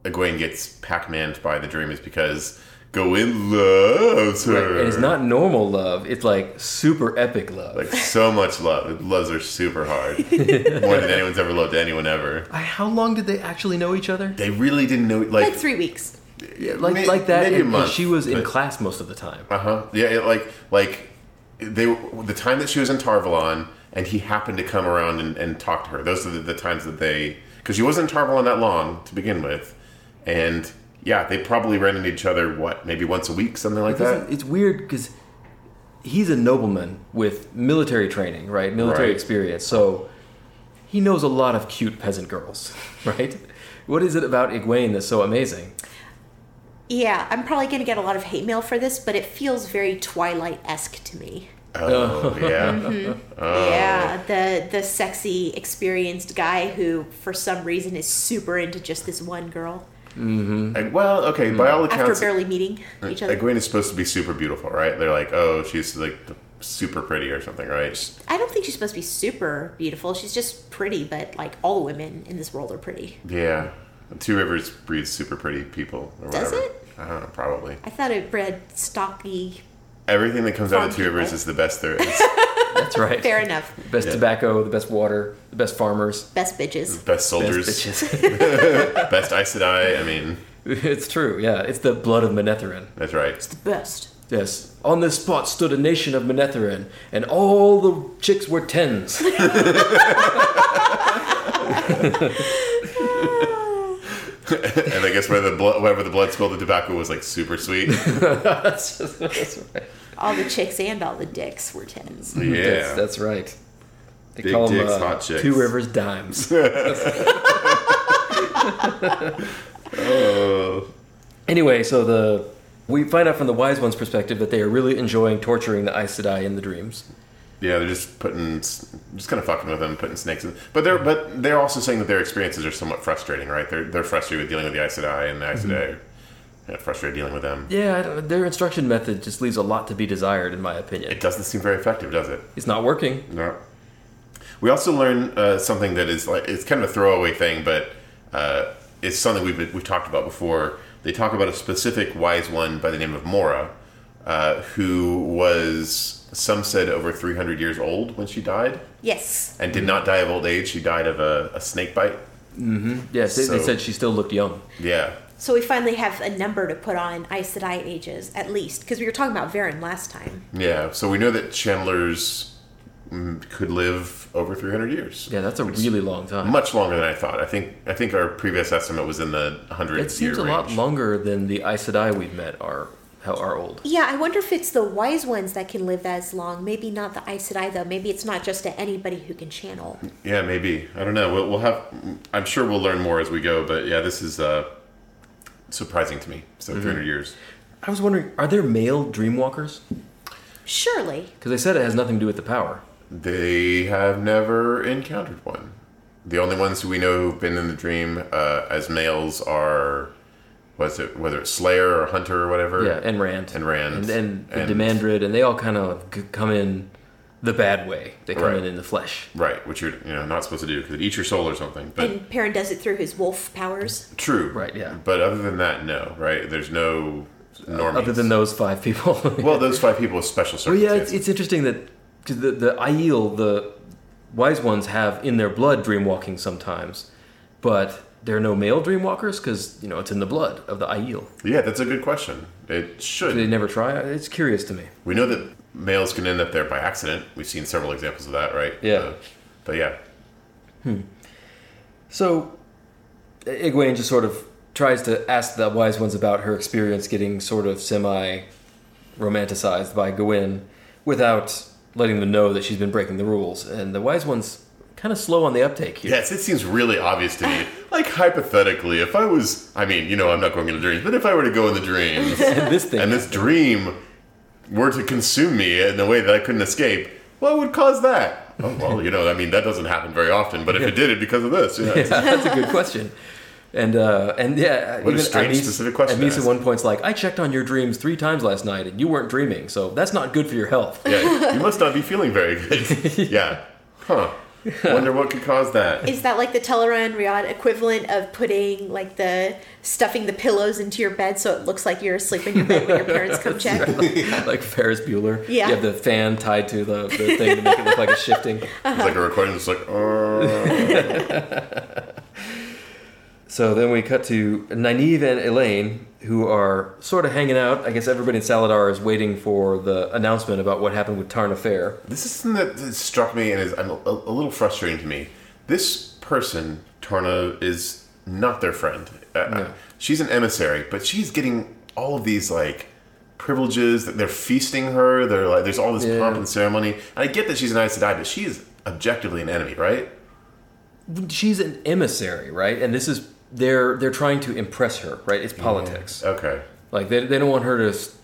A: Egwene gets Pac-Maned by the dream is because Gawain loves her.
C: And it's not normal love. It's like super epic love.
A: like so much love. It loves her super hard, more than anyone's ever loved anyone ever.
C: I- how long did they actually know each other?
A: They really didn't know like.
B: Like three weeks.
C: Like
A: may-
C: like that.
A: maybe a
C: and- and
A: month,
C: she was in
A: but-
C: class most of the time.
A: Uh huh. Yeah, it, like like they the time that she was in Tarvalon, and he happened to come around and, and talk to her. Those are the, the times that they because she wasn't in Tarvalon that long to begin with, and yeah, they probably ran into each other what maybe once a week, something like
C: It's-
A: that.
C: It's weird because he's a nobleman with military training, right? Military
A: Right.
C: experience. So he knows a lot of cute peasant girls, right? What is it about Egwene that's so amazing?
B: Yeah, I'm probably going to get a lot of hate mail for this, but it feels very Twilight esque to me.
A: Oh yeah,
B: Yeah, the the sexy, experienced guy who, for some reason, is super into just this one girl
A: Like, well okay. By all
B: Mm-hmm. after
A: accounts,
B: barely meeting each other.
A: Egwene is supposed to be super beautiful, right? They're like, oh, she's like super pretty or something, right?
B: I don't think she's supposed to be super beautiful. She's just pretty, but like all women in this world are pretty.
A: Yeah. Two Rivers breeds super pretty people. Or
B: Does
A: whatever.
B: it?
A: I don't know, probably.
B: I thought it read stocky.
A: Everything that comes out of
B: Farm
A: Two Rivers
B: people.
A: is the best there is.
C: That's right.
B: Fair enough.
C: Best
A: Yeah.
C: tobacco, the best water, the best farmers,
B: Best bitches.
A: best
C: best
A: soldiers, best,
C: bitches.
A: Aes Sedai. I mean,
C: it's true, yeah. It's the blood of Manetherin.
A: that's right.
B: The best.
C: Yes. On this spot stood a nation of Manetherin, and all the chicks were tens.
A: and I guess where the blood, wherever the blood spilled, the tobacco was like super sweet.
C: that's, that's right.
B: All the chicks and all the dicks were tens.
A: Yeah.
C: That's, that's right. They
A: Big
C: call 'em,
A: dicks,
C: uh,
A: hot chicks.
C: Two Rivers Dimes.
A: oh.
C: anyway, so the we find out from the wise one's perspective that they are really enjoying torturing the Aes Sedai in the dreams.
A: Yeah, they're just putting, s- just kind of fucking with them, putting snakes in. But they're, but they're also saying that their experiences are somewhat frustrating, right? They're, they're frustrated with dealing with the Aes Sedai, and the Aes Sedai are yeah, frustrated dealing with them.
C: Yeah, I don't, their instruction method just leaves a lot to be desired, in my opinion.
A: It doesn't seem very effective, does it?
C: It's not working.
A: No. We also learn uh, something that is like it's kind of a throwaway thing, but uh, it's something we've been, we've talked about before. They talk about a specific wise one by the name of Mora, uh, who was some said over 300 years old when she died,
B: Yes.
A: and did not die of old age. She died of a, a snake bite.
C: Yes, they,
A: So-
C: they said she still looked young.
A: Yeah,
B: So we finally have a number to put on Aes Sedai ages, at least, because we were talking about Varen last time.
A: yeah. So we know that Chandler's mm, could live over 300 years.
C: Yeah, that's a really long time.
A: Much longer than I thought. I think I think our previous estimate was in the 100
C: It seems a
A: year
C: lot
A: range.
C: longer than the Aes Sedai we've met are how are old.
B: Yeah, I wonder if it's the wise ones that can live as long. Maybe not the Aes Sedai, though. Maybe it's not just to anybody who can channel.
A: Yeah, maybe. I don't know. We'll, we'll have. I'm sure we'll learn more as we go. But yeah, this is uh, surprising to me. So
C: Mm-hmm.
A: 300 years.
C: I was wondering, are there male dreamwalkers?
B: Surely.
C: Because they said it has nothing to do with the power.
A: They have never encountered one. The only ones who we know who've been in the dream uh, as males are, was it whether it's Slayer or Hunter or whatever.
C: Yeah, and Rand.
A: And Rand.
C: And, and,
A: And-
C: Demandrid, and they all kind of g- come in the bad way. They come
A: Right.
C: in in the flesh.
A: Right, which you're you know not supposed to do because it eats your soul or something. But
B: And Perrin does it through his wolf powers.
A: true.
C: Right, yeah. Uh,
A: But other than that, no. Right. There's no normal.
C: Other than those five people.
A: Well, those five people with special
C: But
A: circumstances.
C: Oh, yeah, it's, it's interesting that cause the, the Aiel, the wise ones, have in their blood dreamwalking sometimes, but there are no male dreamwalkers because, you know, it's in the blood of the Aiel.
A: Yeah, that's a good question. It should.
C: Do they never try? It's curious to me.
A: We know that males can end up there by accident. We've seen several examples of that, right? Uh,
C: Yeah.
A: but yeah,
C: So, Egwene just sort of tries to ask the wise ones about her experience getting sort of semi romanticized by Gawain without letting them know that she's been breaking the rules. And the wise ones kind of slow on the uptake here.
A: yes, it seems really obvious to me. like hypothetically, if I was, I mean, you know, I'm not going into dreams, but if I were to go in the dreams
C: And this thing.
A: and this dream were to consume me in a way that I couldn't escape, what would cause that? Oh, well, you know, I mean, that doesn't happen very often, but if it did, it because of this. Yeah.
C: Yeah, that's a good question. And uh, and yeah,
A: What a strange, specific question to
C: Anissa at
A: ask.
C: one point's like, I checked on your dreams three times last night, and you weren't dreaming, so that's not good for your health.
A: yeah, you must not be feeling very good. yeah, huh? Wonder what could cause that.
B: Is that like the Teleron Riyadh equivalent of putting like the stuffing the pillows into your bed so it looks like you're asleep in your bed when your parents come check?
C: like Ferris Bueller.
B: Yeah.
C: You have the fan tied to the, the thing to make it look like it's shifting.
A: It's like a recording that's like, uh,
C: So then we cut to Nynaeve and Elaine, who are sort of hanging out. I guess everybody in Saladar is waiting for the announcement about what happened with Tarna Fair.
A: this is something that, that struck me and is I'm a, a little frustrating to me. This person, Torna, is not their friend. Uh, She's an emissary, but she's getting all of these like privileges. That they're feasting her. They're like, there's all this
C: Yeah.
A: pomp and ceremony. And I get that she's an Aes Sedai, but she is objectively an enemy, right?
C: She's an emissary, right? And this is they're they're trying to impress her, right? It's politics.
A: Okay.
C: Like they, they don't want her to, s-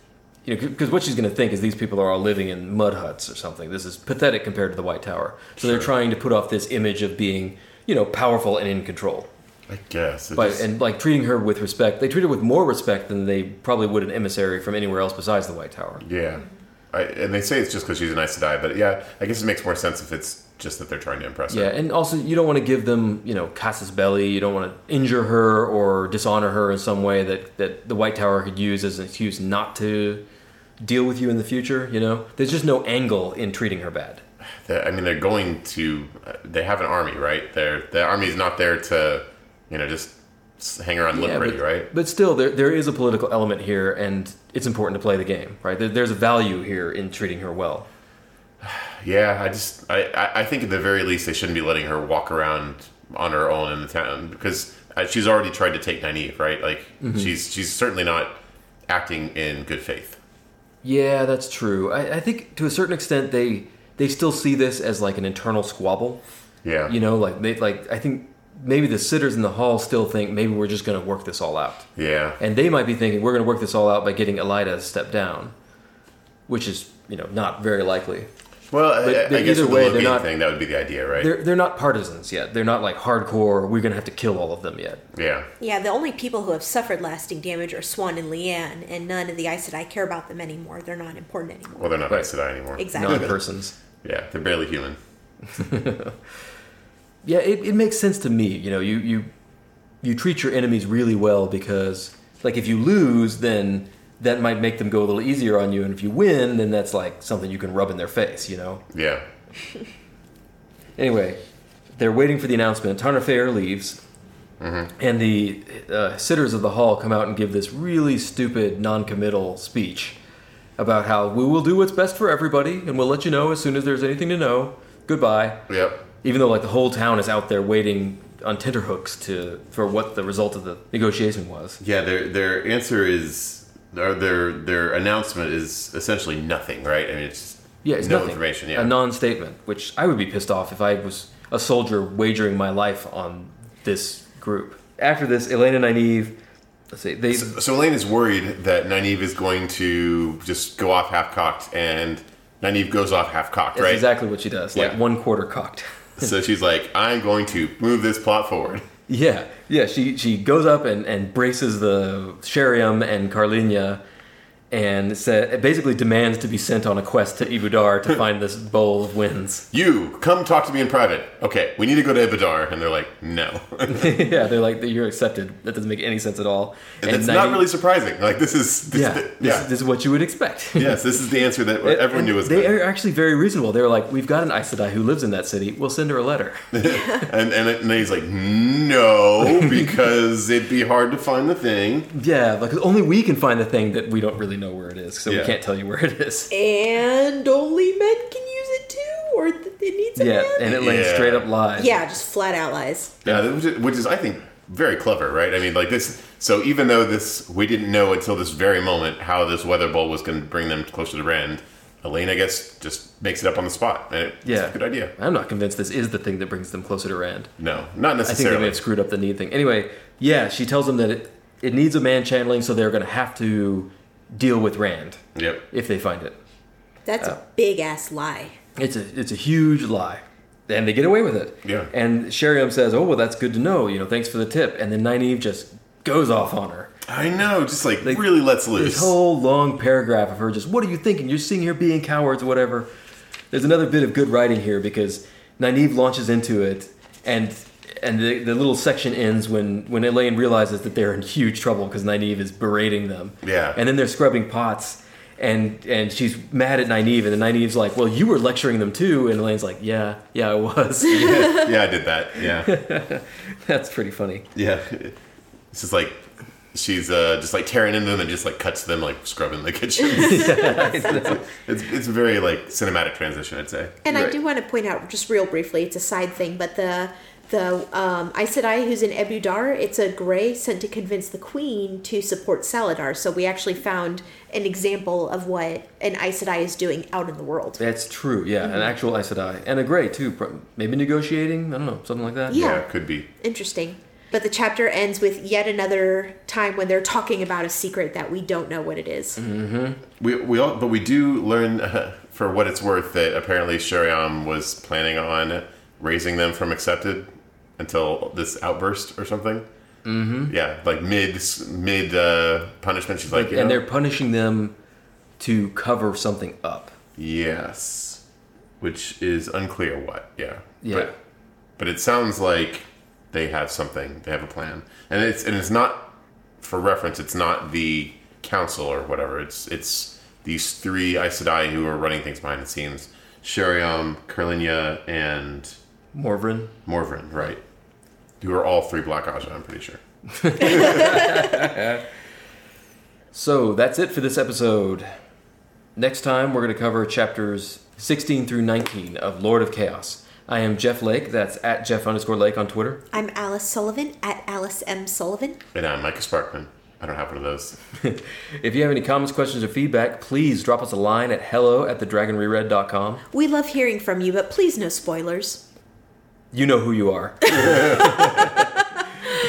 C: you know, because what she's going to think is these people are all living in mud huts or something. This is pathetic compared to the White Tower. So they're trying to put off this image of being, you know, powerful and in control.
A: I guess. It
C: But
A: just-
C: and like treating her with respect, they treat her with more respect than they probably would an emissary from anywhere else besides the White Tower.
A: yeah. I, and they say it's just because she's an Aes Sedai, but yeah, I guess it makes more sense if it's just that they're trying to impress her.
C: Yeah, and also you don't want to give them, you know, Cassis Belli. You don't want to injure her or dishonor her in some way that, that the White Tower could use as an excuse not to deal with you in the future. You know, there's just no angle in treating her bad.
A: They're- I mean, they're going to. uh, They have an army, right? They're, the army is not there to, you know, just s- hang around and look pretty,
C: but,
A: right?
C: But still, there, there is a political element here, and it's important to play the game, right? There, there's a value here in treating her well.
A: Yeah, I just. I, I, I think at the very least, they shouldn't be letting her walk around on her own in the town because uh, she's already tried to take Nynaeve, right? Like,
C: Mm-hmm.
A: she's she's certainly not acting in good faith.
C: Yeah, that's true. I, I think to a certain extent, they they still see this as like an internal squabble.
A: Yeah.
C: You know, like they like I think maybe the sitters in the hall still think maybe we're just going to work this all out,
A: Yeah.
C: and they might be thinking we're going to work this all out by getting Elida to step down, which is you know not very likely.
A: Well, I-
C: But-
A: I,
C: but
A: I guess
C: either
A: with
C: way,
A: the
C: they're
A: Logan
C: not-
A: thing, that would be the idea, right?
C: They're they're not partisans yet. They're not like hardcore. We're going to have to kill all of them yet.
A: Yeah.
B: yeah, the only people who have suffered lasting damage are Swan and Leanne, and none of the Aes Sedai care about them anymore. They're not important anymore.
A: Well, they're not
C: Right.
A: Aes Sedai anymore.
B: Exactly.
C: Non persons.
A: Yeah, they're barely human.
C: Yeah, it, it makes sense to me. You know, you, you you treat your enemies really well because like if you lose, then that might make them go a little easier on you, and if you win, then that's like something you can rub in their face. You know.
A: Yeah.
C: Anyway, they're waiting for the announcement. Tarna Fair leaves, and the uh, sitters of the hall come out and give this really stupid, non-committal speech about how we will do what's best for everybody, and we'll let you know as soon as there's anything to know. Goodbye.
A: Yep.
C: even though like the whole town is out there waiting on tenterhooks to for what the result of the negotiation was.
A: Yeah, their their answer is or their their announcement is essentially nothing, right? I mean, it's just
C: Yeah, it's
A: no
C: nothing.
A: information. Yeah,
C: a non-statement, which I would be pissed off if I was a soldier wagering my life on this group. After this, Elena and Nynaeve, let's see, they
A: so Elaine is worried that Nynaeve is going to just go off half cocked, and Nynaeve goes off half cocked,
C: that's
A: right?
C: exactly what she does,
A: Yeah.
C: like one quarter cocked.
A: So she's like, "I'm going to move this plot forward."
C: Yeah, yeah. She she goes up and, and braces the Sherium and Carlina, and sa- basically demands to be sent on a quest to Ibudar to find this bowl of winds.
A: You come talk to me in private. Okay, we need to go to Ibadar, and they're like, "No."
C: yeah, they're like you're accepted. That doesn't make any sense at all.
A: And it's not
C: 90
A: really surprising. Like this is this,
C: Yeah,
A: the-
C: this,
A: yeah.
C: this is what you would expect.
A: yes, this is the answer that everyone
C: And
A: knew was
C: They
A: good.
C: are actually very reasonable. They're like, we've got an Aes Sedai who lives in that city. We'll send her a letter.
A: And, and and he's like, no, because it'd be hard to find the thing.
C: yeah, like only we can find the thing that we don't really know where it is, so
A: Yeah.
C: we can't tell you where it is.
B: And only men can use it too, or th- it needs a
C: Yeah,
B: man.
C: and it lays
A: Yeah.
C: straight up lies.
B: yeah, just flat out lies.
A: Yeah, which is, which is, I think, very clever, right? I mean, like this. So even though this, we didn't know until this very moment how this weather bowl was going to bring them closer to Rand. Elaine, I guess, just makes it up on the spot, and it,
C: yeah,
A: it's a good idea.
C: I'm not convinced this is the thing that brings them closer to Rand.
A: No, not
C: I think they may
A: necessarily.
C: have screwed up the need thing. Anyway, yeah, she tells them that it, it needs a man channeling, so they're going to have to deal with Rand
A: Yep.
C: if they find it.
B: That's
C: Oh.
B: a big ass lie.
C: It's a it's a huge lie, and they get away with it.
A: Yeah.
C: And Sherium says, "Oh well, that's good to know. You know, thanks for the tip." And then Nynaeve just goes off on her.
A: I know. Just like really lets
C: This
A: loose.
C: whole long paragraph of her just, "What are you thinking? You're sitting here being cowards, whatever." There's another bit of good writing here because Nynaeve launches into it, and and the, the little section ends when when Elaine realizes that they're in huge trouble because Nynaeve is berating them.
A: Yeah.
C: And then they're scrubbing pots, and and she's mad at Nynaeve, and then Nynaeve's like, "Well, you were lecturing them too," and Elaine's like, "Yeah, yeah, I was."
A: yeah, I did that. Yeah,
C: That's pretty funny.
A: yeah. It's just like she's uh, just like tearing into them and just like cuts them like scrubbing the kitchen. it's it's a very like cinematic transition, I'd say.
B: And I
C: Right.
B: do want to point out, just real briefly, it's a side thing, but the the um, Aes Sedai who's in Ebu Dar, it's a gray sent to convince the queen to support Saladar. So we actually found an example of what an Aes Sedai is doing out in the world.
C: That's true. Yeah, an actual Aes Sedai. and a gray too. pro- Maybe negotiating. I don't know, something like that.
B: Yeah.
A: Yeah, could be.
B: Interesting. But the chapter ends with yet another time when they're talking about a secret that we don't know what it is.
A: We we all, but we do learn uh, for what it's worth that apparently Shariam was planning on raising them from accepted until this outburst or something. Mm-hmm. Yeah, like mid mid uh, punishment, she's like,
C: Like,
A: you
C: and
A: know,
C: they're punishing them to cover something up.
A: yes, which is unclear what. Yeah,
C: Yeah.
A: But, but it sounds like they have something. They have a plan, and it's and it's not for reference. It's not the council or whatever. It's it's these three Aes Sedai who are running things behind the scenes: Shariam, Curlinia, and
C: Morvrin.
A: Morvrin, right? Who are all three Black Aja? I'm pretty sure.
C: So that's it for this episode. Next time, we're going to cover chapters 16 through 19 of Lord of Chaos. I am Jeff Lake. That's at Jeff underscore Lake on Twitter.
B: I'm Alice Sullivan at Alice M. Sullivan.
A: And I'm Micah Sparkman. I don't have one of those.
C: If you have any comments, questions, or feedback, please drop us a line at hello at thedragonreread.com.
B: We love hearing from you, but please no spoilers.
C: You know who you are.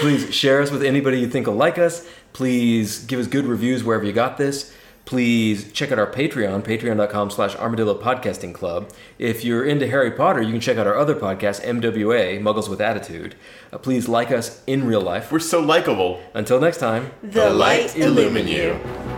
C: Please share us with anybody you think will like us. Please give us good reviews wherever you got this. Please check out our Patreon, patreon.com slash armadillo podcasting club. If you're into Harry Potter, you can check out our other podcast, MWA, Muggles with Attitude. Uh, please like us in real life.
A: We're so likable.
C: Until next time.
B: The,
A: light illumine you.